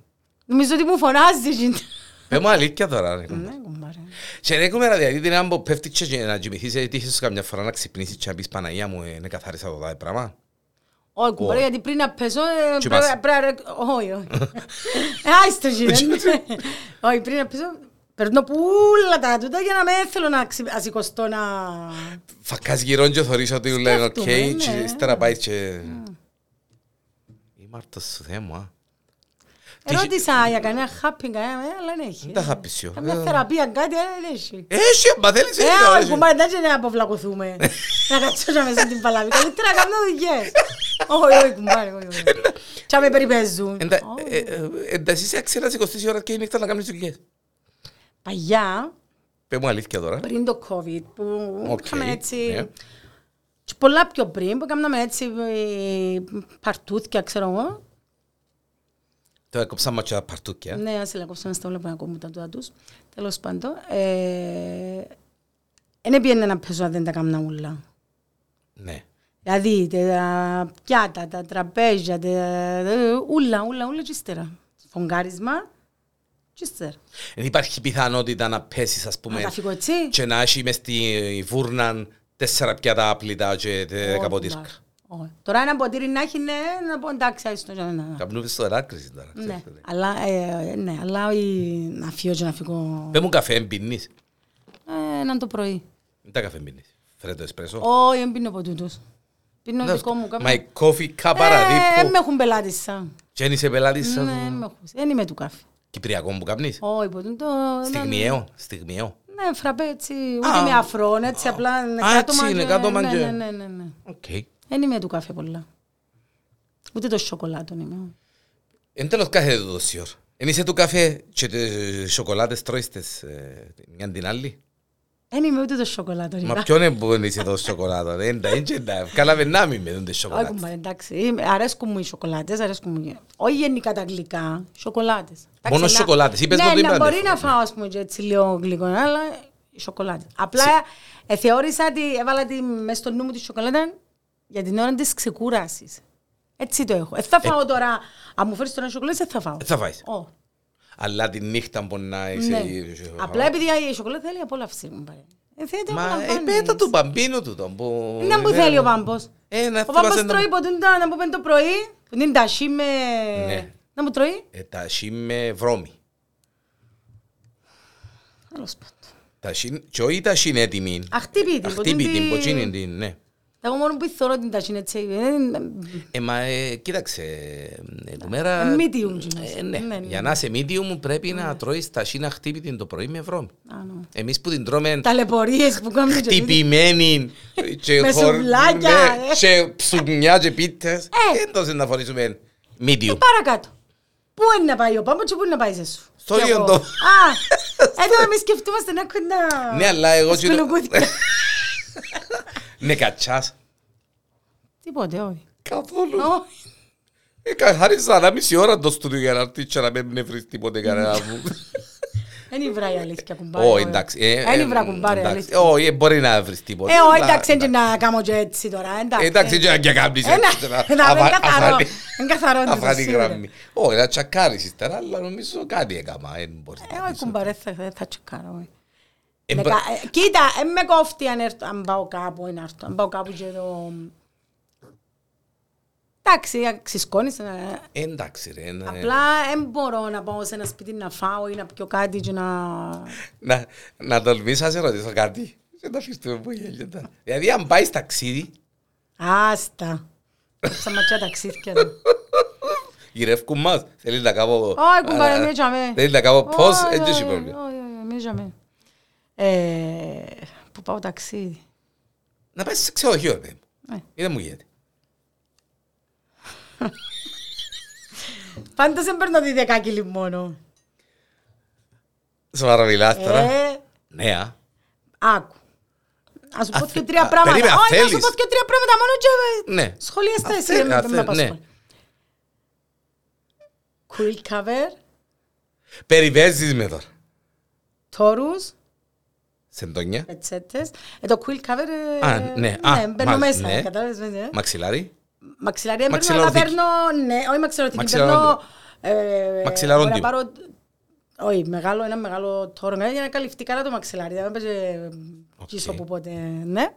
S2: Νομίζω ότι μου φωνάζει. γίνεται.
S1: Πες μου αλήθεια τώρα. ρε,
S2: Ναι, κουμπάρε.
S1: Σε ρε κομμέρα, δηλαδή την άμπο πέφτει και και να κοιμηθείς, ε, τύχεις σου καμιά φορά να ξυπνήσεις και να πεις Παναγία μου, είναι καθάρισα το τάδε πράγμα.
S2: Όχι, κουμπάρε,
S1: Όχι.
S2: γιατί πριν να πέσω, ε,
S1: Τι
S2: πρέπει-
S1: πας.
S2: πρέπει να- Όχι, όχι. Ε, Άιστε, γίνεται. ναι. Όχι, πριν να πέσω, περνώ πουλα τα τούτα για να με θέλω να ξυ- να σηκωστώ να...
S1: Φακάς γυρών και θωρείς ότι όλα είναι οκ
S2: Σκέφτομαι,
S1: και
S2: ναι.
S1: ύστερα πάεις και... Είμαι άρτος σου Θεέ μου, α. Τύχε-
S2: Ερώτησα για κανένα χάπι, κανένα, ε, αλλά δεν έχει.
S1: Δεν τα χάπεις, σιω.
S2: Καμιά
S1: Ε.
S2: θεραπεία, κάτι, ε, δεν έχει.
S1: Έχει, μα θέλεις
S2: Ε,
S1: έχει,
S2: όχι,
S1: έχει.
S2: κουμπάρε, δεν είναι να αποβλακωθούμε. Να κατσώσαμε σε την παλάβη. Καλύτερα να κάνω δουλειές. Όχι, όχι, κουμπάρε, όχι, όχι. Τι με περιπέζουν.
S1: Εντά- ε, ε, Εντάξει, είσαι άξιρα σηκωστείς η ώρα και η νύχτα να κάνεις δουλειές.
S2: Παγιά,
S1: Πες μου αλήθεια τώρα.
S2: πριν το COVID, που
S1: Οκ,
S2: είχαμε έτσι
S1: ναι.
S2: Και πολλά πιο πριν που έκαναμε έτσι ε, παρτούθια, ξέρω εγώ.
S1: Το έκοψα μάτσο τα παρτούκια.
S2: Ναι, ας ελακόψαμε στα όλα που ακόμη τα τούτα τους. Τέλος πάντων. Ε, δεν πήγαινε να παίζω αν δεν τα κάμνα όλα.
S1: Ναι.
S2: Δηλαδή, τα πιάτα, τα τραπέζια, τα... ούλα, ούλα, ούλα και ύστερα. Φογκάρισμα και ύστερα.
S1: Δεν υπάρχει πιθανότητα να πέσεις, ας
S2: Να
S1: πούμε,
S2: τα φύγω έτσι.
S1: Ναι. και να έχει μες στη βούρνα τέσσερα πιάτα άπλυτα και
S2: Όχι,
S1: ε, καποτίσκα.
S2: μπα. Όχι. Τώρα ένα ποτήρι να έχει, ναι, να πω εντάξει, άιστο. ναι, ναι, ναι.
S1: Καπνούβεις στο εράκριση τώρα.
S2: Ναι,
S1: ξέρεις.
S2: αλλά, ε, ναι, αλλά η- να φύγω και να φύγω
S1: Πες μου καφέ, μπινείς.
S2: ε, έναν το πρωί.
S1: Δεν τα καφέ μπινείς. Φέρε το εσπρέσο.
S2: Όχι, δεν πίνω από τούτους. Πίνω δικό μου καφέ.
S1: My coffee cup
S2: Ε,
S1: αραδίπου.
S2: με έχουν πελάτη σαν.
S1: Και είσαι πελάτης
S2: Ναι,
S1: σαν
S2: εν με έχουν. Δεν είμαι του καφέ.
S1: Κυπριακό που καπνείς.
S2: Όχι, ποτέ το...
S1: Στιγμιαίο, στιγμιαίο.
S2: Ναι, φραπέ έτσι, ούτε
S1: Α.
S2: με αφρόν, έτσι απλά είναι
S1: Α,
S2: κάτω
S1: έτσι είναι,
S2: μαγε-
S1: κάτω
S2: Ναι,
S1: μαγε.
S2: ναι, ναι, ναι, ναι.
S1: Οκ.
S2: Δεν είμαι του καφέ πολλά. Ούτε το σοκολάτο είμαι.
S1: Εν τέλος κάθε το σιωρ. Εν είσαι του καφέ και τις σοκολάτες τρώεις τις ε, μια την άλλη.
S2: Ε, Δεν είμαι ούτε το σοκολάτο.
S1: Μα ποιον εμπονείς εδώ σοκολάτα. Κάλαβε να μην με δουν τη σοκολάτα.
S2: Άκουμα, εντάξει. Είμαι- Αρέσκουν μου οι σοκολάτες, αρέσκουν μου. Όχι γενικά τα γλυκά, σοκολάτε.
S1: Μόνο σοκολάτες. Είπες μου ότι
S2: ναι,
S1: είναι
S2: να μπορεί
S1: αντίθετο.
S2: να φάω, ας πούμε, και έτσι λίγο γλυκό, αλλά οι σοκολάτες. Απλά ε, θεώρησα ότι έβαλα τη, μέσα στο νου μου τη σοκολάτα για την ώρα της ξεκούρασης. Έτσι το έχω. Ε, θα φάω τώρα. Αν μου φέρεις τώρα σοκολάτε, δεν θα φάω.
S1: Ε, Θα φάεις.
S2: Ω,
S1: Αλλά τη νύχτα μπορεί να
S2: ναι.
S1: είσαι...
S2: Απλά επειδή η σοκολάτα θέλει απόλαυση μου. πάρε. Ε, θέλει να
S1: Μα
S2: απολαμβάνεις.
S1: επέτα του μπαμπίνου του τον που...
S2: Να μου θέλει ο Βάμπος.
S1: Ε, να
S2: Ο παπάς
S1: θυμάσαι να-
S2: τρώει ποτούντα να μου πέντε το πρωί, που είναι ταχύ με...
S1: Ναι.
S2: Να μου τρώει.
S1: Ε, Τα σι με βρώμη.
S2: Τέλος πάντων.
S1: Τα σι... Και όχι τα σι είναι έτοιμη.
S2: Αχτύπητη.
S1: Αχτύπη την, ποτσίνη την, ναι.
S2: Εγώ μόνο που θεωρώ την ταχύ έτσι. δεν-
S1: Ε, μα ε, κοίταξε, ε, του μέρα...
S2: Ε, medium γυμνάς.
S1: Ε, ναι.
S2: Ναι, ναι.
S1: Για να είσαι medium πρέπει να τρώεις τα σι να χτύπη την το πρωί με βρώμη.
S2: Α, ναι.
S1: Εμείς που την τρώμε
S2: Ταλαιπωρίες που κάνουν και τούτοι.
S1: χτυπημένη και
S2: δηλαδή. Με
S1: χορ-
S2: σουβλάκια,
S1: ναι,
S2: ε.
S1: και ψουμιά και πίτες.
S2: Ε.
S1: Δεν τόσο να φορήσουμε medium.
S2: Παρακάτω. Πού είναι να πάει ο Πάμπος και πού είναι να πάει σε σου.
S1: Στο
S2: Και εγώ.
S1: Ιοντό.
S2: Α, εδώ εμείς σκεφτούμαστε να έχουν να...
S1: Ναι, αλλά εγώ... και-
S2: σκουλουκούθηκα.
S1: Ναι, κατσάς.
S2: Τίποτε, όχι.
S1: Καθόλου.
S2: Όχι.
S1: Ε, καθάρισα ένα μισή ώρα το στούντιο για να έρθει και να μην πνευρίσει τίποτε κανένα μου.
S2: Δεν είναι βράει η αλήθεια κουμπάρε.
S1: Ω, εντάξει. ε,
S2: Δεν
S1: ε,
S2: είναι βράει κουμπάρε η
S1: εντάξει.
S2: αλήθεια.
S1: Όχι, ε, μπορεί να βρεις τίποτε.
S2: Ε, όχι,
S1: Να-
S2: εντάξει, έτσι να κάνω και έτσι τώρα, ε, εντάξει.
S1: Εντάξει, και να και κάνεις
S2: Ένα,
S1: έτσι τώρα.
S2: να
S1: Αβα-
S2: είναι καθαρό.
S1: αφανή-
S2: Είναι καθαρό. είναι το
S1: αφανή
S2: σίγουρα.
S1: γραμμή. Όχι, να τσακάρεις ύστερα, αλλά νομίζω κάτι έκαμα. δεν μπορείς να
S2: Ε, όχι,
S1: πεις.
S2: κουμπάρε, θα- θα θα τσεκάρω. ε.
S1: Ε,
S2: Με
S1: μπρα-
S2: κα- ε, Κοίτα, ε, με κόφτει αν έρθω, αν πάω κάπου, αν έρθω, αν πάω κάπου και εδώ... Εντάξει, ξυσκώνεις, ε,
S1: Ε, Εντάξει ρε. να-
S2: απλά δεν μπορώ να πάω σε ένα σπίτι να φάω ή να πιω κάτι και να...
S1: να- Να τολμήσω να σε ρωτήσω κάτι. Δεν τα αφήσουμε που γέλια. Δηλαδή αν πάει ταξίδι,
S2: Άστα. Σαν ματιά ταξίδια. ρε.
S1: γυρεύκουν μας. Θέλεις να κάνω...
S2: Όχι, κουμπάρε, μη τζαμε.
S1: Θέλεις να κάνω πώς,
S2: Όχι,
S1: έτσι έχει
S2: όχι,
S1: πρόβλημα.
S2: όχι, όχι, μη τζαμε. Ε, Που πάω ταξίδι.
S1: Να πάει σε ξενοδοχείο, ρε παιδί μου.
S2: Ε.
S1: Ή δεν μου γίνεται.
S2: Πάντα σε παίρνω τη δεκάκιλη μόνο.
S1: Σοβαρά μιλάς τώρα.
S2: Ε,
S1: Ναι, α.
S2: άκου. Α σου πω
S1: Αθ-
S2: και τρία
S1: α,
S2: πράγματα.
S1: περίμενα,
S2: Όχι, να σου
S1: θέλεις.
S2: πω και τρία πράγματα μόνο και ε,
S1: Ναι.
S2: σχολιαστά
S1: Α,
S2: εσύ.
S1: θέλ-
S2: δεν
S1: α,
S2: με-
S1: θέλ-
S2: δεν με
S1: ναι.
S2: απασχολεί. Cool cover,
S1: Περιβέζεις με τώρα.
S2: τόρους,
S1: Σεντόνια.
S2: πετσέτες. Ε, το cool cover... ε,
S1: Α, ναι, α,
S2: μπαίνω
S1: μάλιστα, ναι.
S2: μέσα, κατάλαβες. ναι.
S1: Μαξιλάρι.
S2: Μαξιλάρι δεν παίρνω, αλλά
S1: Μαξιλαροθήκη.
S2: παίρνω... Ναι, όχι μαξιλαροθήκη, παίρνω...
S1: Μαξιλαρόντιο.
S2: ε,
S1: Μαξιλαρόντιο.
S2: μπορώ να πάρω- Όχι, μεγάλο, ένα μεγάλο τόρο, για να καλυφθεί καλά το μαξιλάρι, δεν έπαιζε
S1: Οκ.
S2: πίσω από πότε, ναι.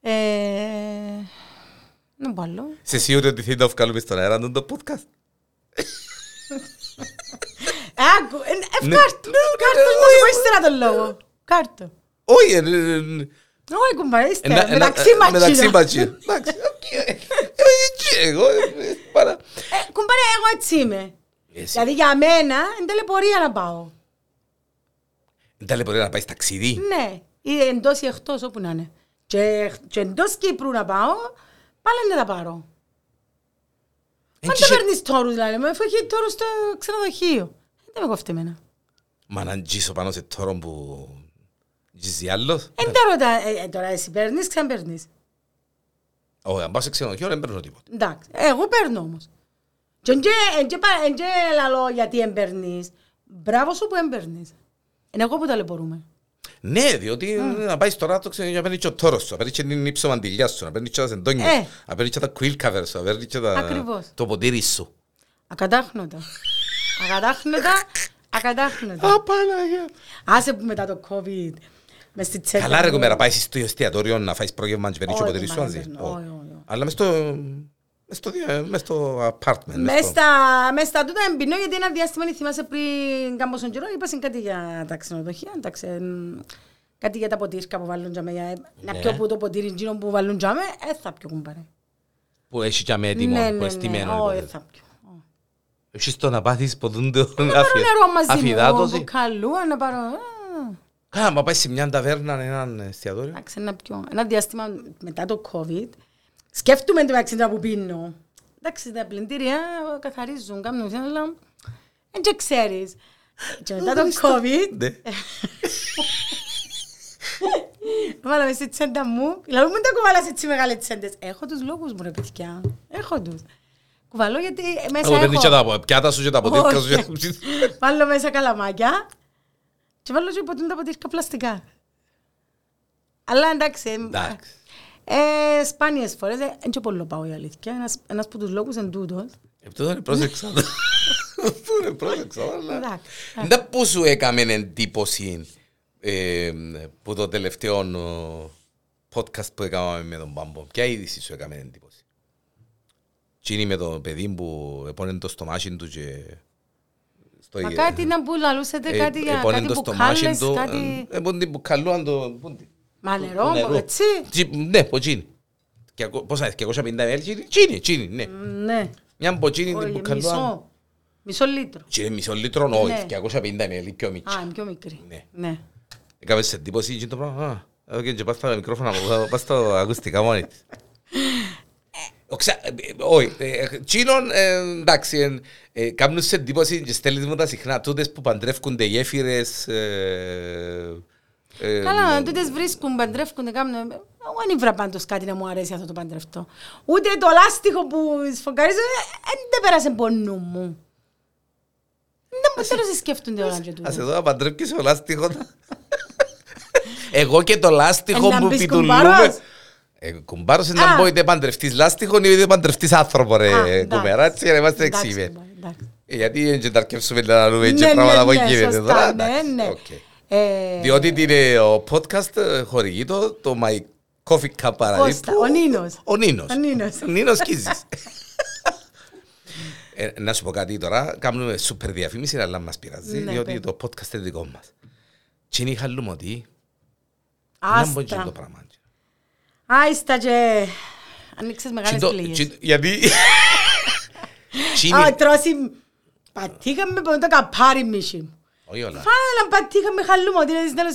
S2: Ε, Να μπω άλλο.
S1: Σε σίγουρο ότι θέλει να βγάλουμε στον αέρα τον το podcast.
S2: Άκου, ε,
S1: Ναι,
S2: ευκάρτο,
S1: ναι, ναι, ναι,
S2: κάρτο, να σου πω
S1: ναι.
S2: ύστερα τον λόγο. Κάρτο.
S1: Όχι, ε, ε, ε,
S2: Όχι, κουμπάρε,
S1: Ένα-
S2: ύστερα,
S1: ένα-
S2: μεταξύ
S1: ε, Μεταξύ
S2: ματσίδων.
S1: ματσίδων. Εντάξει, οκ. Ε, έτσι, Εγώ ε, παρα- Ε,
S2: Ε, Κουμπάρε, εγώ έτσι είμαι.
S1: Εσύ.
S2: Δηλαδή για μένα είναι ταλαιπωρία να πάω.
S1: Δεν τα λέει μπορεί να πάει ταξίδι.
S2: Ναι, ή εντός ή εκτός, όπου να είναι. Και, και εντός Κύπρου να πάω, πάλι να τα πάρω.
S1: Εν
S2: Αν
S1: Ε, και
S2: τα
S1: σε-
S2: παίρνεις τόρους, δηλαδή, αφού έχει τόρους στο ξενοδοχείο. Ε, Δεν με κοφτεί εμένα.
S1: Μα να τζίσω πάνω σε τόρο που τζίζει άλλος.
S2: Εν τα ρωτά, ε, ε, τώρα εσύ παίρνεις, ξαναπαίρνει.
S1: Όχι, αν πάω σε ξενοδοχείο δεν παίρνω τίποτα.
S2: Εντάξει, εγώ παίρνω όμως. Και εν και- εν και πα- εν και λαλώ γιατί δεν παίρνει. Μπράβο σου που δεν παίρνει. Είναι εγώ που ταλαιπωρούμε.
S1: Ναι, διότι να πάεις τώρα το ξενοδοχείο να παίρνεις και ο τόρος σου, να παίρνεις και την ύψο μαντιλιά σου, να παίρνεις και τα σεντόνια
S2: Ε.
S1: σου, να παίρνεις και τα quill cover σου, να παίρνεις και τα-
S2: Ακριβώς.
S1: το ποτήρι σου.
S2: Ακατάχνοτα. Ακατάχνοτα. Ακατάχνοτα.
S1: Απαναγία.
S2: Άσε που μετά το COVID. Μες στη τσέπη.
S1: Καλά ρε
S2: μου.
S1: κομμέρα, πάεις στο εστιατόριο να φάεις πρόγευμα και παίρνεις και
S2: Όχι,
S1: ποτήρι σου
S2: μα,
S1: μαζί.
S2: δεν παίρνω.
S1: Όχι.
S2: Όχι, όχι, όχι.
S1: Αλλά μες στο... μες στο δια- Μες στο apartment. μες
S2: Μες
S1: στο-
S2: στα- μες στα τούτα εμπεινώ γιατί ένα διάστημα είναι, θυμάσαι πριν κάμποσον καιρό είπα σε κάτι για τα ξενοδοχεία, εντάξει, εμ, κάτι για τα ποτήρκα που βάλουν τζάμε. Για, να
S1: Ναι.
S2: πιω που το ποτήρι εκείνο που βάλουν τζάμε, ε, θα πιω κουμπάρε.
S1: Που έχει και αμέτιμο, που
S2: Ναι,
S1: λοιπόν.
S2: ναι, ναι,
S1: εστιμένο.
S2: όχι,
S1: υποτίθεται.
S2: θα Ε, πιω. Ω.
S1: Έχεις το να πάθεις ποτούν το
S2: Πάρω νερό μαζί μου,
S1: αφιδάτωση.
S2: μπουκαλού, να πάρω, α,
S1: Καλά, μα πάει σε μια ταβέρνα, έναν εστιατόριο.
S2: εντάξει, να πιω. Ένα διάστημα μετά το COVID, σκέφτομαι το μεταξύ τώρα που πίνω. Εντάξει, τα πλυντήρια καθαρίζουν, κάνουν, ουσία, αλλά δεν
S1: Ε,
S2: και ξέρεις. Και μετά το COVID,
S1: Ναι.
S2: Βάλαμε στη τσέντα μου. Λέω, μην τα κουβάλα έτσι μεγάλες τσέντες. Έχω τους λόγους μου, ρε παιδιά. Έχω τους. Κουβαλώ γιατί μέσα
S1: Εγώ παίρνει και
S2: έχω.
S1: τα πιάτα σου και τα ποτήρια σου.
S2: Όχι. Βάλω μέσα καλαμάκια και βάλω και ποτέ τα ποτήρια πλαστικά. Αλλά εντάξει. εμ-
S1: Εντάξει.
S2: Ε, σπάνιες φορές, δεν και πολύ πάω η αλήθεια. Ένας, ένας από τους λόγους είναι τούτος.
S1: Αυτό δεν πρόσεξα. το. Αυτό δεν πρόσεξα. αλλά-
S2: Εντάξει.
S1: Δεν που σου έκαμε εντύπωση ε, που το τελευταίο ε, podcast που έκαναμε με τον Μπάμπο. Ποια είδηση σου έκαμε εντύπωση. Τι είναι με το παιδί που έπωνε το στομάχι του και... στο-
S2: Μα κάτι να που λαλούσετε,
S1: ε,
S2: κάτι για
S1: έπωνε
S2: κάτι
S1: το
S2: που
S1: στομάχι
S2: κάλες,
S1: του,
S2: κάτι...
S1: ε, έπωνε την μπουκαλούαν το- πού είναι,
S2: Μα
S1: το-
S2: νερό,
S1: το νερό.
S2: έτσι.
S1: Τι- Ναι, ποτσίνι. Πόσα, 250 ml, τσίνι, τσίνι, τσίνι, ναι.
S2: Ναι,
S1: Μια μποτσίνι την
S2: Όχι,
S1: μπουκαλούαν.
S2: μισό. Μισό λίτρο.
S1: Και είναι μισό λίτρο, όχι,
S2: Ναι.
S1: 250 ml, πιο μικρή.
S2: Α, είναι πιο μικρή.
S1: Ναι.
S2: Ναι.
S1: Έκαμε σε εντύπωση και το πράγμα. Α, εδώ και πας τα μικρόφωνα μου, εδώ, πας τα ακουστικά μόνη της. Οξα- ε, ε, Όχι, ε, ε, τσίνον, ε, εντάξει, εν, ε, κάμνουν σε εντύπωση και στέλνεις μου τα συχνά τούτες που παντρεύκονται γέφυρες. ε, ε,
S2: Καλά, τούτες βρίσκουν, παντρεύκουν, κάνουν... Εγώ δεν ήβρα πάντως κάτι να μου αρέσει αυτό το παντρευτό. Ούτε το λάστιχο που σφοκαρίζω, ε, ε, δεν πέρασε από νου μου. Δεν μου θέλω να σκέφτονται όλα και
S1: Ας
S2: τούτο.
S1: εδώ να παντρεύκεις ο λάστιχος. Εγώ και το λάστιχο
S2: Ε, να
S1: που
S2: μπεις
S1: πιτουλούμε.
S2: κουμπάρος.
S1: Ε, κουμπάρος είναι να
S2: Α.
S1: μπω είτε παντρευτείς λάστιχο ή είτε παντρευτείς άνθρωπο
S2: Α,
S1: ρε
S2: εντάξει.
S1: κουμπέρα. Έτσι για να είμαστε
S2: Εντάξει,
S1: εξήμεροι.
S2: κουμπάρε, εντάξει.
S1: Ε, Γιατί δεν και τα αρκεύσουμε να λέμε
S2: Ναι,
S1: έτσι
S2: ναι,
S1: πράγματα που
S2: ναι,
S1: γίνεται
S2: σωστά,
S1: τώρα.
S2: ναι,
S1: εντάξει,
S2: ναι.
S1: οκ.
S2: Ε,
S1: Διότι είναι ο podcast ε, χορηγεί το, το My Coffee Cup παραδείπου.
S2: ο Νίνος.
S1: Ο Νίνος.
S2: Ο Νίνος.
S1: Ο Νίνος Κίζης. Ε, να σου πω κάτι τώρα, κάνουμε σούπερ διαφήμιση, αλλά μας πειράζει,
S2: Ναι,
S1: διότι
S2: πες.
S1: το podcast είναι δικό μας. Τι είναι η χαλουμωτή, να μπορεί και το
S2: Άστα.
S1: πράγμα.
S2: Άιστα και... Ανοίξες
S1: Τι
S2: μεγάλες
S1: το-
S2: πληγές.
S1: τι- Γιατί... Τι
S2: Α,
S1: είναι...
S2: τρώσει... Πατήκαμε πολύ το καπάρι μίση μου.
S1: Όχι όλα.
S2: Φάλα, πατήκαμε χαλούμε ότι είναι τέλος...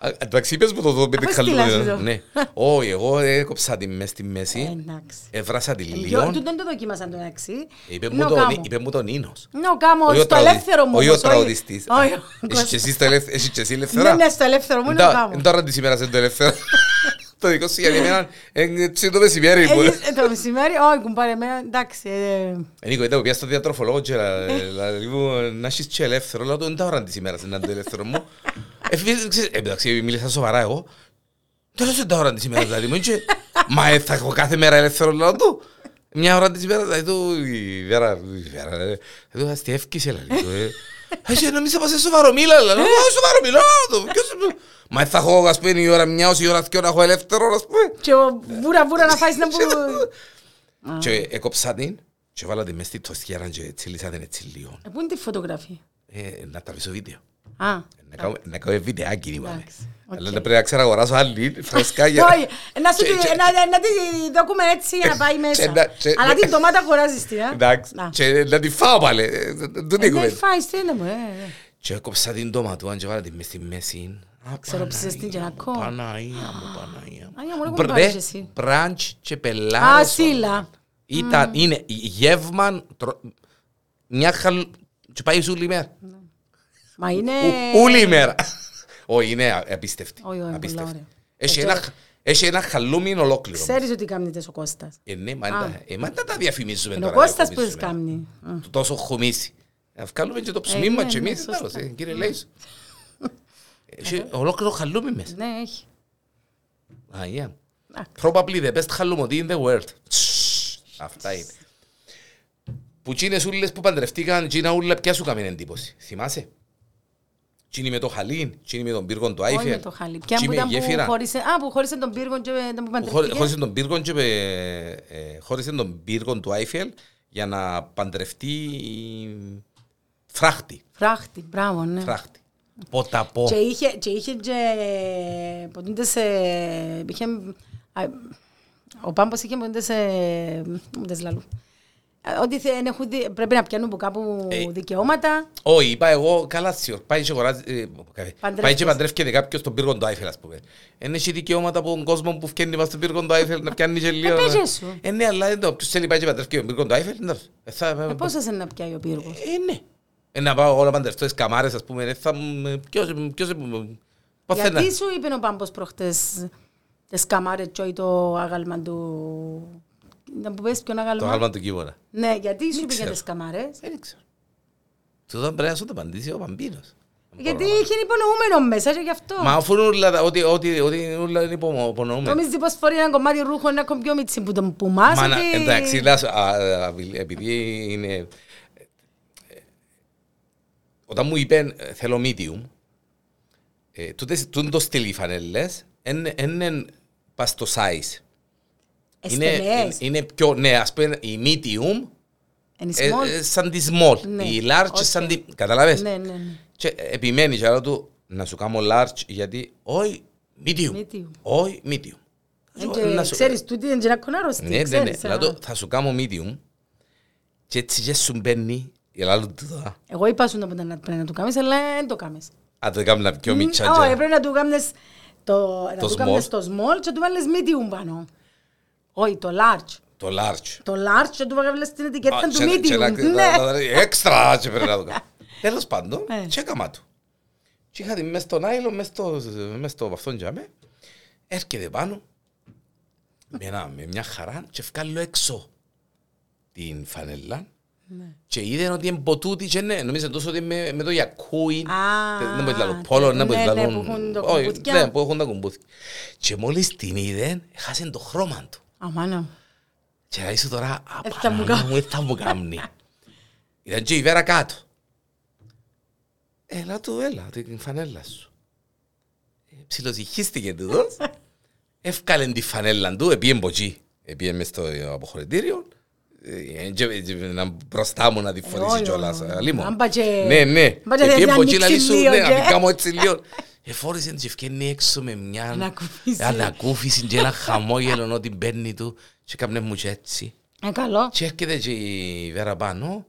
S1: Α, Εντάξει, είπες μου το δω με την
S2: Αφού στείλας
S1: χαλουμωτή.
S2: εδώ.
S1: Ναι. Όχι, εγώ έκοψα τη μες στη
S2: ναι.
S1: μέση,
S2: Ε, Εντάξει.
S1: έβρασα τη
S2: Πιο-
S1: λίγο.
S2: Τούτον το δοκίμασαν το εντάξει.
S1: Ε, Είπε
S2: Να
S1: μου
S2: Ναι, ο
S1: τον-
S2: κάμω.
S1: είπε μου τον Νίνος.
S2: Να ο κάμω
S1: Όχι ο
S2: στο
S1: τραγουδι-
S2: ελεύθερο μου.
S1: Όχι ο
S2: όμως,
S1: τραγουδιστής.
S2: όχι ο
S1: Έχεις και
S2: Κώστας.
S1: εσύ το ελεύθε- έχεις και εσύ ελεύθερα.
S2: Ναι, ναι, στο ελεύθερο μου είναι ο
S1: Εντά-
S2: κάμω.
S1: εντάρα τη σήμερα δεν το ελεύθερο. Το δικό σου γιατί εμένα ε, έτσι το μεσημέρι μου.
S2: Έχεις- ε, Το μεσημέρι, όχι κουμπάρε με, εντάξει. ε,
S1: Ε, Νίκο, ήταν που πήγα στο διατροφολόγο και λα- λα- λίγο, ε, να έχεις και ελεύθερο. Λέω του εντάρα τη σήμερα είναι το ελεύθερο μου. Ε, φύγε, ξέρεις, ε, Εντάξει, μίλησα σοβαρά εγώ. Τέλος εντάρα τη σήμερα δηλαδή μου. και, Μα ε, θα έχω κάθε μέρα ελεύθερο λέω του. Μια ώρα της ημέρας, δηλαδή του, η Βέρα, η Βέρα, ε, δηλαδή, αστιεύκησε, λέει του, ε. Εσύ νομίζω πως είσαι σοβαρό μίλα, λέω, «Ε, σοβαρό μιλάω, το, ποιος- Μα ε, θα έχω, ας πούμε, η ώρα μια ως η ώρα δυο να έχω ελεύθερο, ας πούμε.
S2: Και ο βούρα βούρα να φάεις να που...
S1: Και έκοψα την και βάλα τη μες στη τοστιέρα και τσίλησα την έτσι λίγο.
S2: Ε, Πού είναι τη φωτογραφία.
S1: Ε, Να τραβήσω βίντεο.
S2: Α,
S1: Να κάνω- Να κάνω βιντεάκι είπαμε.
S2: Εντάξει, οκ.
S1: Ε, Αλλά να πρέπει να ξεραγοράσω άλλη φρεσκά
S2: όχι,
S1: για...
S2: να
S1: Και-
S2: σου τη-
S1: και- Ε,
S2: να- να τη δοκούμε έτσι για να πάει
S1: και
S2: μέσα.
S1: να- και- ε,
S2: Αλλά την ντομάτα χωράζεις την, α.
S1: Εντάξει,
S2: Να.
S1: και να τη φάω πάλι. Ε, Δεν την
S2: Ε, Ναι,
S1: έκοβε.
S2: φάεις τι είναι μου, ε, ε.
S1: Και έκοψα την ντοματούα και βάλα τη μες στη μέση. Α,
S2: Ξέρω, ψηστή και να
S1: Παναγία μου,
S2: κόβω.
S1: Παναγία μου, Παναγία
S2: Άγια μου, ρε,
S1: μου.
S2: κουμπάρεις
S1: Μπρε,
S2: εσύ.
S1: μπραντς και
S2: Α,
S1: πελάρες.
S2: σύλλα.
S1: Ήταν, είναι γεύμα, τρο- μια χαλ... Και πάει σου όλη η μέρα.
S2: Μα είναι...
S1: Ο- Όλη η μέρα. Όχι, είναι απίστευτη.
S2: Όχι, όχι, είναι
S1: Απίστευτη.
S2: πολλά ωραία.
S1: Έχει
S2: Ε,
S1: ένα,
S2: τώρα-
S1: χα- έχει ένα χαλούμι ολόκληρο.
S2: Ξέρεις ότι κάνετε ο Κώστας.
S1: Ε, ναι, μα τα- ε, μα τα τα διαφημίζουμε
S2: Είναι ο
S1: τώρα.
S2: Κώστας που τις
S1: διαφημίζουμε.
S2: κάνει.
S1: Το Τόσο χωμίσει. Να βγάλουμε και το ψωμί
S2: Ε, ναι,
S1: μας και
S2: ναι,
S1: εμείς.
S2: σωστά.
S1: τέλος, ε, Κύριε Λέης. Έχει ολόκληρο χαλούμι μέσα.
S2: Ναι, έχει.
S1: Α, yeah.
S2: Εντάξει.
S1: Probably the best χαλούμι in the world. Τσσσ. Αυτά είναι. Που τσίνες ούλες που παντρευτήκαν, τσίνα ούλα ποια σου κάμεν εντύπωση. Θυμάσαι. Τσίνη με το χαλίν, τσίνη με τον πύργο του Άιφελ.
S2: Όχι με το χαλί. Ποια
S1: τσίνη
S2: που
S1: με
S2: ήταν που
S1: γέφυρα.
S2: χώρισε... Α, που χώρισε τον πύργο και ήταν που
S1: Χω-
S2: παντρευτήκε.
S1: Χώρισε τον πύργο και ε, ε, χώρισε τον πύργο του Άιφελ για να παντρευτεί η φράχτη.
S2: Φράχτη, μπράβο, ναι.
S1: φράχτη. Ποταπό.
S2: Και είχε, και είχε και... Ποτούντες... ε, Είχε... α, Ο Πάμπος είχε ποτούντες... ε, Μου τες λαλού. Ε, Ότι θε- εν έχουν δι- πρέπει να πιάνουν από κάπου
S1: Ε.
S2: δικαιώματα.
S1: Όχι, είπα εγώ, καλά σιωρ. Πάει και αγοράζει... ε, κα-
S2: Παντρεύτες.
S1: Πάει και παντρεύκεται κάποιος στον πύργο του Άιφελ, ας πούμε. Εν έχει δικαιώματα από τον κόσμο που φκένει μας στον πύργο του Άιφελ να πιάνει και λίγο. να-
S2: Ε, παίζε σου.
S1: Ε, ναι, αλλά δεν το. Ποιος θέλει πάει και παντρεύκεται τον πύργο του Άιφελ, εντάξει. Ε, θα-
S2: Ε, Πόσες είναι να πιάει ο πύργος.
S1: Ε, ναι. Ε, να πάω εγώ να παντρευτώ τις καμάρες, ας πούμε, ε, θα μου- ε, ποιος- ποιος- ε, Παθαίνα.
S2: Γιατί σου είπε ο Πάμπος προχτές τις καμάρες και το άγαλμα του... Να μου πες ποιον
S1: Το
S2: άγαλμα.
S1: άλμα του κύβωνα.
S2: Ναι, γιατί σου είπε για
S1: ξέρω.
S2: τις καμάρες.
S1: Δεν ξέρω. Του τον πρέπει να σου το απαντήσει ο Παμπίνος.
S2: Γιατί είχε υπονοούμενο μέσα και γι'
S1: Μα
S2: αυτό.
S1: αφού είναι όλα, ότι, ότι, ότι όλα είναι υπομο- υπονοούμενα.
S2: Νομίζεις πως φορεί ένα κομμάτι ρούχο είναι ακόμη πιο μίτσι που τον πουμάς.
S1: Μα να-
S2: ότι-
S1: εντάξει, να σου- α, α, επειδή είναι... ε, Όταν μου είπε ε, θέλω medium, ε, τότε τούτο το στυλ οι φανέλες, είναι πας στο size.
S2: Ε,
S1: Είναι, είναι-
S2: Εστελές.
S1: είναι πιο, ναι, ας πούμε η medium
S2: Εν
S1: ε,
S2: small.
S1: ε, σαν τη small,
S2: Ναι,
S1: η large
S2: οκ.
S1: σαν τη... Καταλαβες.
S2: Ναι, ναι, ναι.
S1: Και επιμένεις και άλλο του να σου κάνω large γιατί όχι medium.
S2: Medium.
S1: Όχι medium.
S2: Εν
S1: Να σου- Ε, να
S2: Ε, και
S1: σου-
S2: Ξέρεις, τούτη είναι και να κονάρωστη,
S1: ναι, ναι, ναι.
S2: ξέρεις, ε. α.
S1: Λαλό του, θα σου κάνω medium και έτσι και σου μπαίνει η λάλο του τώρα.
S2: Εγώ είπα σου να πω να πρέπει να του κάνεις, αλλά δεν το κάνεις.
S1: Αν το κάνω πιο μίτσια.
S2: Όχι,
S1: και-
S2: πρέπει να του κάνεις το, να
S1: Το
S2: του κάνεις
S1: small.
S2: το small και να του βάλεις medium πάνω. Όχι, το large.
S1: Το large.
S2: Το large και να του βάλεις την ετικέτα
S1: Α,
S2: του
S1: και- και να-
S2: medium.
S1: να-
S2: Ναι.
S1: να- να- Έξτρα και πρέπει να το κάνω. Τέλος πάντων,
S2: Ε.
S1: και έκαμα του. Και είχα τη μες στο νάιλο, μες στο- μες στο αυτόν τζαμέ, έρχεται πάνω με, ένα- με μια χαρά και βγάλω έξω την φανελά
S2: Ναι.
S1: και είδε ότι είναι ποτούτη και ναι, νομίζω τόσο ότι με, με το γιακούι,
S2: Α,
S1: δεν μπορεί να λαλούν πόλο, δεν μπορεί
S2: ναι,
S1: να
S2: ναι,
S1: λαλούν-
S2: που έχουν τα
S1: Όχι,
S2: κουμπούθκια.
S1: ναι, που έχουν τα κουμπούθια. Και μόλις την είδε, χάσε το χρώμα του.
S2: Αμάνα.
S1: Και να είσαι τώρα,
S2: Ε, θα μου
S1: απαραγώ μου, ε, θα μου κάνει. Ήταν και η Βέρα κάτω. Έλα του, έλα, την φανέλα σου. Ε, Ψιλοζυχίστηκε τούτος. Εύκαλε τη φανέλα του, επίεν μποτζή. Επίεν μες στο αποχωρητήριο. Ε, ε, και- ε, Να μπροστά μου να τη
S2: όλο,
S1: φορήσει κιόλας.
S2: ναι.
S1: ε, λίμω.
S2: Αν πα και-
S1: Ναι, ναι.
S2: αν πα και
S1: Επίεν
S2: να
S1: μποτζή, λαλί
S2: ανοίξει
S1: σου,
S2: λίγο
S1: ναι, να
S2: και-
S1: την κάνω έτσι λίγο. Εφόρησε και ευκαινεί έξω με μια
S2: Ανακούφιση.
S1: ανακούφιση και ένα χαμόγελο ότι μπαίνει του και κάμνε μου και έτσι.
S2: Ε, καλό.
S1: Και έρχεται και η Βέρα πάνω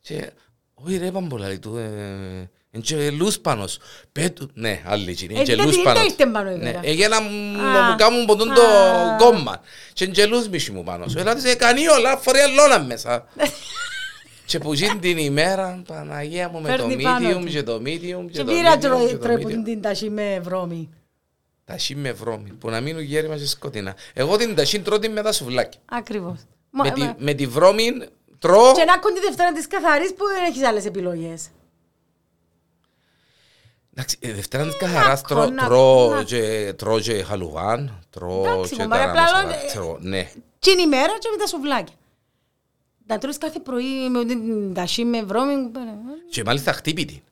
S1: και όχι ρε παμπολά, λέει του «Ε, «Εν και λούς πάνω σου». Πέτου, ναι, άλλη έτσι, είναι
S2: Ε,
S1: και
S2: γιατί
S1: λούς
S2: δεν
S1: πάνω
S2: τα
S1: σου.
S2: ήρθε πάνω η
S1: Ναι,
S2: Βέρα.
S1: ε, για να μ- να μου
S2: Α,
S1: κάνουν ποτόν το
S2: α.
S1: κόμμα. Και είναι και λούς μισή μου πάνω σου. Έλα της έκανε όλα, φορεί αλώνα μέσα. Και που γίνει την ημέρα, Παναγία μου, με το
S2: Φέρνει πάνω
S1: medium
S2: του.
S1: και το medium και
S2: Και
S1: το
S2: πήρα
S1: medium και το medium.
S2: τρεπούν την ταχύ με βρώμη.
S1: Ταχύ με βρώμη, που να μείνουν γέρημα και σκοτεινά. Εγώ την ταχύ τρώω την με τα σουβλάκια.
S2: Ακριβώς. Μα-
S1: Με τη,
S2: μα-
S1: με τη βρώμη τρώω.
S2: Και να κοντή Δευτέρα της καθαρής που δεν έχεις άλλες επιλογές.
S1: Εντάξει, ε, Δευτέρα της καθαράς
S2: να
S1: τρώω-
S2: κόνα-
S1: τρώω
S2: να-
S1: και- τρώω και χαλουβάν, τρώω
S2: Εντάξει,
S1: και
S2: κομμάτι, απλά
S1: ταραμοσαρά,
S2: λέω, ε,
S1: τρώω, ναι.
S2: Τι είναι η μέρα και με τα σουβλάκια. Να τρώεις κάθε πρωί με την ταχύ με βρώμη.
S1: Και μάλιστα χτύπητη.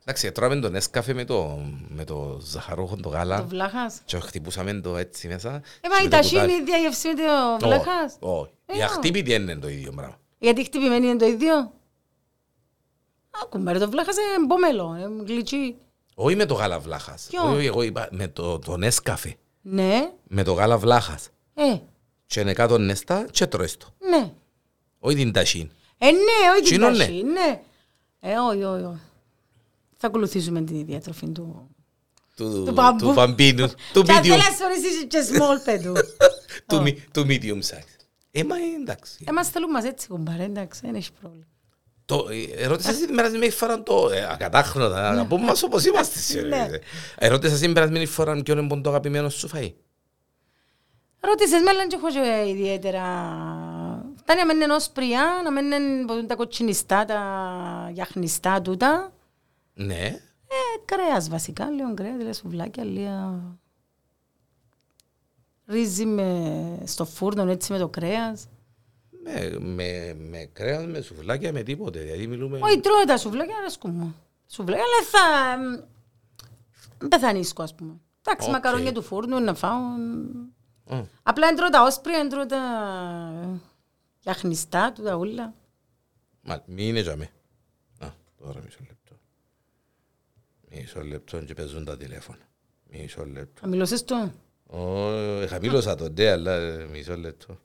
S1: Εντάξει, τρώμε τον έσκαφε με το, με το ζαχαρόχο, το
S2: Το
S1: γάλα
S2: βλάχας.
S1: και χτυπούσαμε το έτσι μέσα.
S2: Ε, μα
S1: και
S2: η
S1: με το
S2: ταχύ
S1: κουτάλι.
S2: είναι η διαγευσή με το
S1: Όχι,
S2: βλάχας.
S1: Όχι, η
S2: Ε,
S1: αχτύπητη δεν είναι το ίδιο πράγμα.
S2: Γιατί χτυπημένη είναι το ίδιο. Ακούμε ρε, το βλάχας είναι ε, μπομέλο, είναι γλυκί.
S1: Όχι με το γάλα βλάχας.
S2: Ποιο?
S1: Όχι, εγώ είπα με το, τον έσκαφε,
S2: Ναι,
S1: με το γάλα βλάχας.
S2: ε,
S1: Και είναι κάτω νεστά και τρώεις το.
S2: ναι.
S1: Όχι την ταχύν.
S2: Ε, ναι, όχι την
S1: Τσίνο, ναι.
S2: ταχύ, ναι. Ε, όχι, όχι, όχι. Θα ακολουθήσουμε την διατροφή του.
S1: Του,
S2: Του μπαμπού.
S1: του μπαμπίνου, του
S2: Και αν
S1: medium.
S2: θέλεις να σωρίσεις και small παιδού.
S1: του, μι- του medium size. Ε, μα ε, εντάξει.
S2: Ε, μας θέλουν μας έτσι κουμπάρε, εντάξει, δεν έχει πρόβλημα.
S1: Το, ε, ερώτησα την περασμένη φορά το ε, ακατάχρονα, να πούμε μας όπως είμαστε.
S2: Ναι.
S1: σε- ε. Ερώτησα την περασμένη φορά ποιον είναι το αγαπημένο σου φαΐ.
S2: Ρώτησες με, αλλά δεν έχω και ιδιαίτερα... Φτάνει να μένει ενόσπρια, να μένει μπορούν τα κοτσινιστά, τα γιαχνιστά τούτα.
S1: Ναι.
S2: Ε, κρέας βασικά, λίγο κρέας, λίγα σουβλάκια, λίγα... Ρύζι με... στο φούρνο, έτσι με το κρέας.
S1: Με, με, με κρέας, με σουβλάκια, με τίποτε. Δηλαδή μιλούμε...
S2: Όχι, τρώω τα σουβλάκια, αρέσκουν μου. Σουβλάκια, αλλά θα... εμ, Δεν πεθανίσκω, ας πούμε. Εντάξει,
S1: Οκ.
S2: μακαρόνια του φούρνου, να φάω... εμ.
S1: Μμ.
S2: Απλά δεν τρώω τα όσπρια, δεν τρώω τα γιαχνιστά, τούτα όλα.
S1: Μα, μη είναι για με. Α, τώρα μισό λεπτό. Μισό λεπτό και παίζουν τα τηλέφωνα. Μισό λεπτό.
S2: Χαμηλώσες το.
S1: Ω, Χαμήλωσα το ντε, αλλά ε, μισό λεπτό.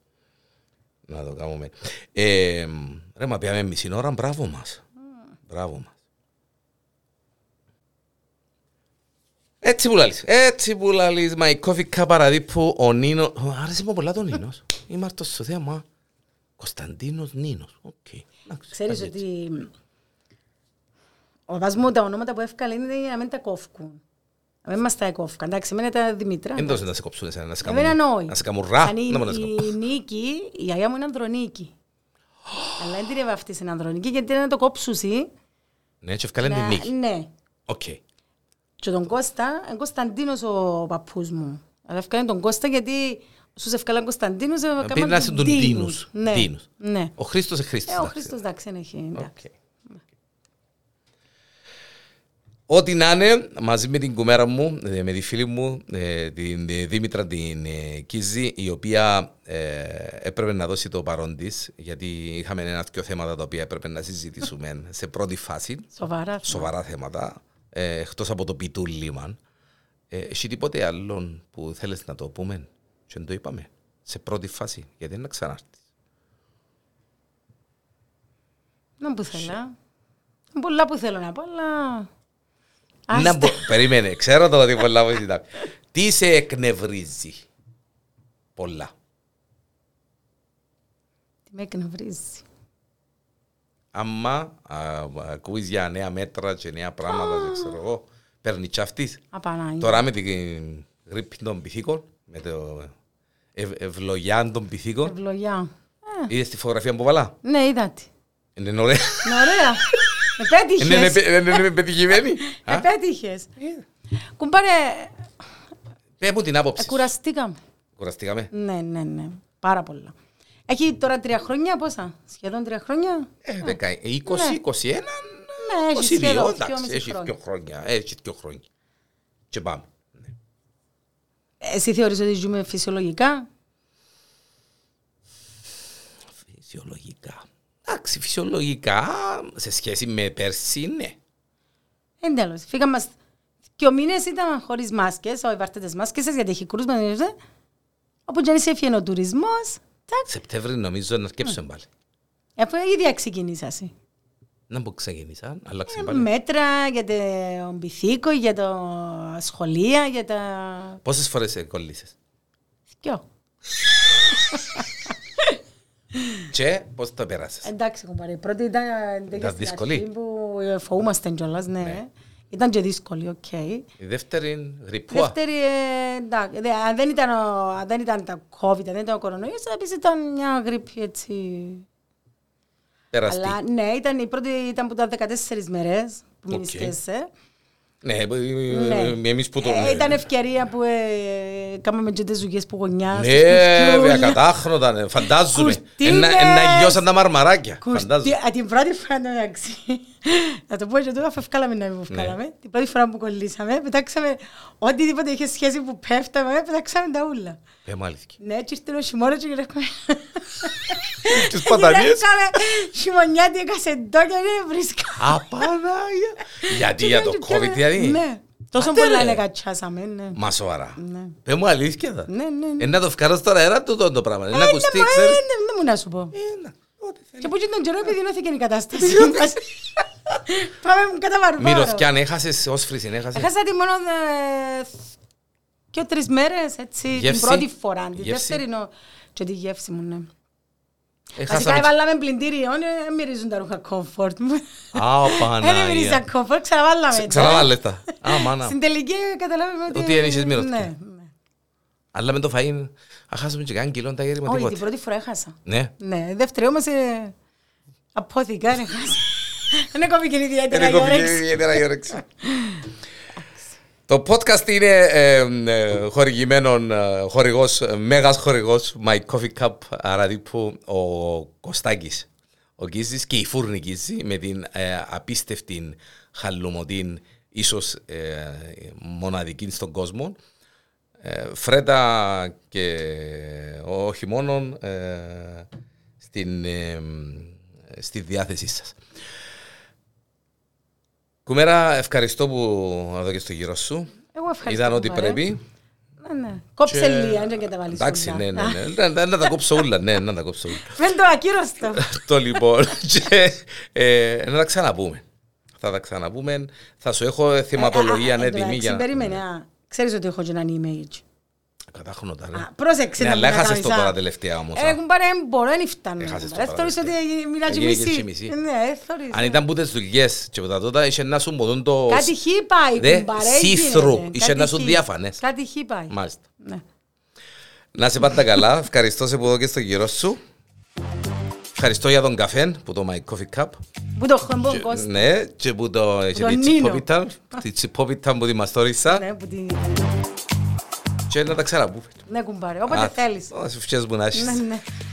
S1: Να το κάνουμε. Ε, ρε, μα πήγαμε μισή ώρα, μπράβο μας. Μπράβο μας. Έτσι που λαλείς, έτσι που λαλείς, my coffee cup παραδείπου, ο Νίνος. Ω, Άρεσε μου πολλά το Νίνος. Είμαι αρτός στο θέμα. Κωνσταντίνος Νίνος. Οκ. Εντάξει,
S2: Ξέρεις
S1: κάτι
S2: ότι Ο παπάς μου τα ονόματα που έφκαλε είναι να μην τα κόφκουν. Να μην μας τα κόφκαν. Εντάξει, εμένα τα Δημήτρα.
S1: Δεν δώσε να σε κόψουν εσένα, να σε
S2: Εμένα
S1: κάνουν-
S2: όχι.
S1: να σε κάνουν ρά.
S2: Αν η,
S1: Να μου να σε κάνουν.
S2: η Νίκη, η αγιά μου είναι ανδρονίκη. Αλλά δεν την αυτή στην ανδρονίκη γιατί να το κόψουσι.
S1: Ναι, και ευκάλεν την
S2: να-
S1: νίκη.
S2: Ναι.
S1: Οκ.
S2: Και τον Κώστα, είναι Κωνσταντίνος ο παππούς μου. Αλλά έφκανε τον Κώστα γιατί σου έφκαλαν Κωνσταντίνος, έφκαλαν
S1: πήρνας τον Ντίνους.
S2: ε, Ναι.
S1: Ντίνους.
S2: Ναι.
S1: Ο Χρήστος είναι Χρήστος.
S2: Ε, ο
S1: εντάξει.
S2: Χρήστος εντάξει, δεν έχει. εντάξει.
S1: Οκ. Ό,τι να είναι, μαζί με την κουμέρα μου, ε, με τη φίλη μου, ε, την ε, Δήμητρα την ε, Κίζη, η οποία ε, έπρεπε να δώσει το παρόν της, γιατί είχαμε ένα-δυο θέματα τα οποία έπρεπε να συζητήσουμε σε πρώτη φάση
S2: Σοβαρά.
S1: σοβαρά θέματα, ε, εκτός από το πιτού λίμαν. Ε, εσύ τίποτε άλλο που θέλεις να το πούμε και δεν το είπαμε σε πρώτη φάση, γιατί δεν ξανάρθεις.
S2: Να που θέλω. Είναι Πολλά που θέλω να πω, αλλά...
S1: Να
S2: Άστα.
S1: μπο... Περίμενε, ξέρω το ότι πολλά μου ζητάμε. Τι σε εκνευρίζει. Πολλά.
S2: Τι με εκνευρίζει.
S1: Άμα α, ακούεις για νέα μέτρα και νέα πράγματα, δεν ξέρω εγώ, παίρνεις και αυτής.
S2: Απανάγει.
S1: Τώρα με την γρήπη των πυθίκων, με το ευ- ευλογιάν των πυθίκων,
S2: Ευλογιά. Ε,
S1: είδες τη φωτογραφία που βάλα.
S2: Ναι, είδα τη.
S1: Είναι ωραία. Ε, ναι,
S2: Ναι,
S1: Είναι-
S2: ωραία. Με
S1: είναι-
S2: πέτυχες.
S1: είναι- Είναι πετυχημένη.
S2: Με πέτυχες. Κουμπάρε,
S1: Πες μου την άποψη. σου.
S2: εκουραστήκαμε.
S1: Κουραστήκαμε.
S2: Ναι, ναι, ναι. Πάρα πολλά. Έχει τώρα τρία χρόνια, πόσα, σχεδόν τρία χρόνια.
S1: Ε, δεκα- 20, 21,
S2: Ναι, έχει
S1: 22,
S2: σχεδόν
S1: εντάξει,
S2: δυόμιση
S1: έχει
S2: χρόνια.
S1: δύο χρόνια. Έχει δύο χρόνια. Και πάμε.
S2: Εσύ θεωρείς ότι ζούμε φυσιολογικά.
S1: Φυσιολογικά. Εντάξει, φυσιολογικά σε σχέση με πέρσι, ναι.
S2: Εν τέλος, φύγαμε μας... Και ο μήνες ήταν χωρίς μάσκες, όχι βάρτε τις μάσκες σας, γιατί έχει κρούσμα. δεν είναι. Όπου και αν είσαι έφυγε ο τουρισμός, τάκ,
S1: Σεπτέμβρη νομίζω
S2: Ναι.
S1: να αρκέψουμε πάλι.
S2: αφού ήδη ξεκινήσασαι.
S1: Να που ξεκινήσαν, αλλάξαν
S2: Ε,
S1: πάλι.
S2: Μέτρα για τον πυθίκο, για τα σχολεία, για τα...
S1: Πόσες φορές ε, κολλήσες.
S2: Ποιο.
S1: Και πώς τα περάσες.
S2: Εντάξει, κομπάρε. Η πρώτη ήταν τέτοια
S1: Ήταν
S2: στην
S1: δύσκολη.
S2: αρχή που ε, φοβούμαστε κιόλας, ναι. Ήταν και δύσκολη, οκ.
S1: Η δεύτερη γρυπουά.
S2: Δεύτερη, ε, εντάξει, δε- αν δεν, ήταν ο, αν δεν ήταν τα COVID, αν δεν ήταν ο κορονοϊός, θα πεις ήταν μια γρήπη έτσι.
S1: Περαστή.
S2: Αλλά ναι, ήταν η πρώτη ήταν που ήταν 14 μέρες που
S1: Οκ.
S2: μείνεις
S1: Ναι, ε,
S2: Ναι.
S1: ε, ε, εμείς που το...
S2: Ε, ήταν ευκαιρία που ε, κάναμε και τις ζουγιές που γονιά.
S1: Ναι, βέβαια, κατάχνοταν, ε, φαντάζομαι.
S2: Κουρτίνες.
S1: Να λιώσαν τα μαρμαράκια, φαντάζομαι.
S2: Α, την πρώτη φορά το εντάξει. Να το πω και τώρα, αφού ευκάλαμε να μην
S1: Ναι.
S2: ευκάλαμε. Την πρώτη φορά που κολλήσαμε, πετάξαμε οτιδήποτε είχε σχέση που πέφταμε, πετάξαμε τα ούλα.
S1: Ε, μάλιστα.
S2: Ναι, και ήρθε ο χειμώνας και γυρεύκαμε. Ε,
S1: Τις παταλίες.
S2: Γυρεύκαμε χειμωνιάτικα κασεντόνια, δεν βρίσκα.
S1: Απανάγια. Γιατί για το COVID, δηλαδή.
S2: Ε, Ναι, τόσο
S1: Άντε,
S2: πολλά
S1: ρε.
S2: λεγατσιάσαμε, ναι.
S1: Μα σοβαρά. Ε,
S2: Ναι.
S1: Πες μου αλήθεια θα.
S2: Ναι, ναι, ναι.
S1: Ε, να το βγάλω στον αέρα του το πράγμα.
S2: Ε,
S1: Να ακουστεί,
S2: ναι, μα, ε,
S1: ξέρεις.
S2: ναι, Δεν μου να σου πω.
S1: Ε, να, ό,τι θέλει.
S2: Και που και τον καιρό επιδεινώθηκε η κατάσταση. Πάμε κατά βαρβάρο.
S1: Μύρος, κι αν έχασες ως φρύσιν, έχασες.
S2: Έχασα τη μόνο ε, και ο τρεις μέρες, έτσι,
S1: Γεύση.
S2: την πρώτη φορά. Τη
S1: Γεύση.
S2: δεύτερη νο... Και τη γεύση μου, ναι. Βασικά
S1: Έχασαμε.
S2: βάλαμε πλυντήριο, ε, δεν μυρίζουν τα ρούχα comfort μου.
S1: Α,
S2: Ε, Δεν
S1: Παναγία.
S2: μυρίζαν comfort, ξαναβάλαμε.
S1: Ξε-
S2: τα.
S1: Ξαναβάλε τα. Α, μάνα.
S2: Στην τελική καταλάβαμε ότι...
S1: Ότι δεν είχες μυρωθεί.
S2: Ναι, ναι.
S1: Αλλά με το φαΐν, αχάσαμε και καν κιλόν τα γέρι με
S2: Όχι, την
S1: τίποτε.
S2: πρώτη φορά έχασα.
S1: Ναι.
S2: Ναι, δεύτερη όμως ε, απόθηκα, δεν έχασα. Δεν έκοβε και ιδιαίτερα η
S1: Εγώ πήγε
S2: όρεξη.
S1: ιδιαίτερα η όρεξη. Το podcast είναι ε, ε, χορηγημένον ε, χορηγός, ε, μέγας χορηγός My Coffee Cup αραδίπου ο Κωστάκης. Ο Κίζης και η Φούρνη Κίζη με την ε, απίστευτη χαλουμωτή ίσως ε, μοναδική στον κόσμο. Ε, φρέτα και ε, όχι μόνο ε, στην, ε, στη διάθεσή σας. Κουμέρα, ευχαριστώ που έδωκες το γύρο σου.
S2: Εγώ ευχαριστώ
S1: Ήταν
S2: που
S1: ό,τι
S2: παρέ.
S1: πρέπει.
S2: Ναι, ναι. Κόψε
S1: Και-
S2: λίγα, δεν και τα βάλεις
S1: Εντάξει,
S2: όλα.
S1: ναι, ναι, ναι. Να- να- Να τα κόψω όλα, ναι, να τα κόψω όλα.
S2: Φαίνεται το ακύρωστο.
S1: Το λοιπόν, και, ε, να τα ξαναπούμε. Θα τα ξαναπούμε.
S2: Ε,
S1: Θα σου έχω θεματολογία, ναι, τιμή για
S2: Περίμενε, α, ξέρεις ότι έχω και έναν email.
S1: Κατάχνοτα, ρε.
S2: Α, Πρόσεξε
S1: Ναι,
S2: να
S1: αλλά
S2: μου
S1: έχασες
S2: κάνεις,
S1: το
S2: α. ε,
S1: τώρα τελευταία όμως. α.
S2: Έχουν πάρει εν μπορώ, δεν φτάνω.
S1: Έχασες το
S2: Δεν
S1: παράδειγμα.
S2: θεωρείς ότι μιλά και
S1: Έγινε και
S2: μισή.
S1: εσύ μισή.
S2: Ναι, δεν θεωρείς.
S1: Αν ήταν που τις δουλειές και μετά τότε είχε να σου μπορούν το...
S2: Κάτι χι πάει,
S1: Δε,
S2: κουμπαρέ,
S1: see-through.
S2: γίνεται.
S1: Είσαι
S2: Κάτι
S1: να σου
S2: χι.
S1: διάφανες.
S2: Κάτι χι πάει.
S1: Μάλιστα.
S2: Ναι.
S1: Να σε πάντα καλά. Ευχαριστώ σε που εδώ και στο γύρο σου. Ευχαριστώ για τον καφέ που το My Coffee Cup.
S2: Που το χόμπον
S1: Και-
S2: κόστη.
S1: Ναι, και που το... και τη
S2: Νίνο.
S1: τσιπόπιτα, τη τσιπόπιτα που τη μαστόρισα.
S2: Ναι, που την-
S1: Και να τα ξαναπούμε.
S2: Ναι, κουμπάρε, όποτε
S1: Α,
S2: θέλεις.
S1: Όσες ευχές μου να έχεις.
S2: Ναι, ναι.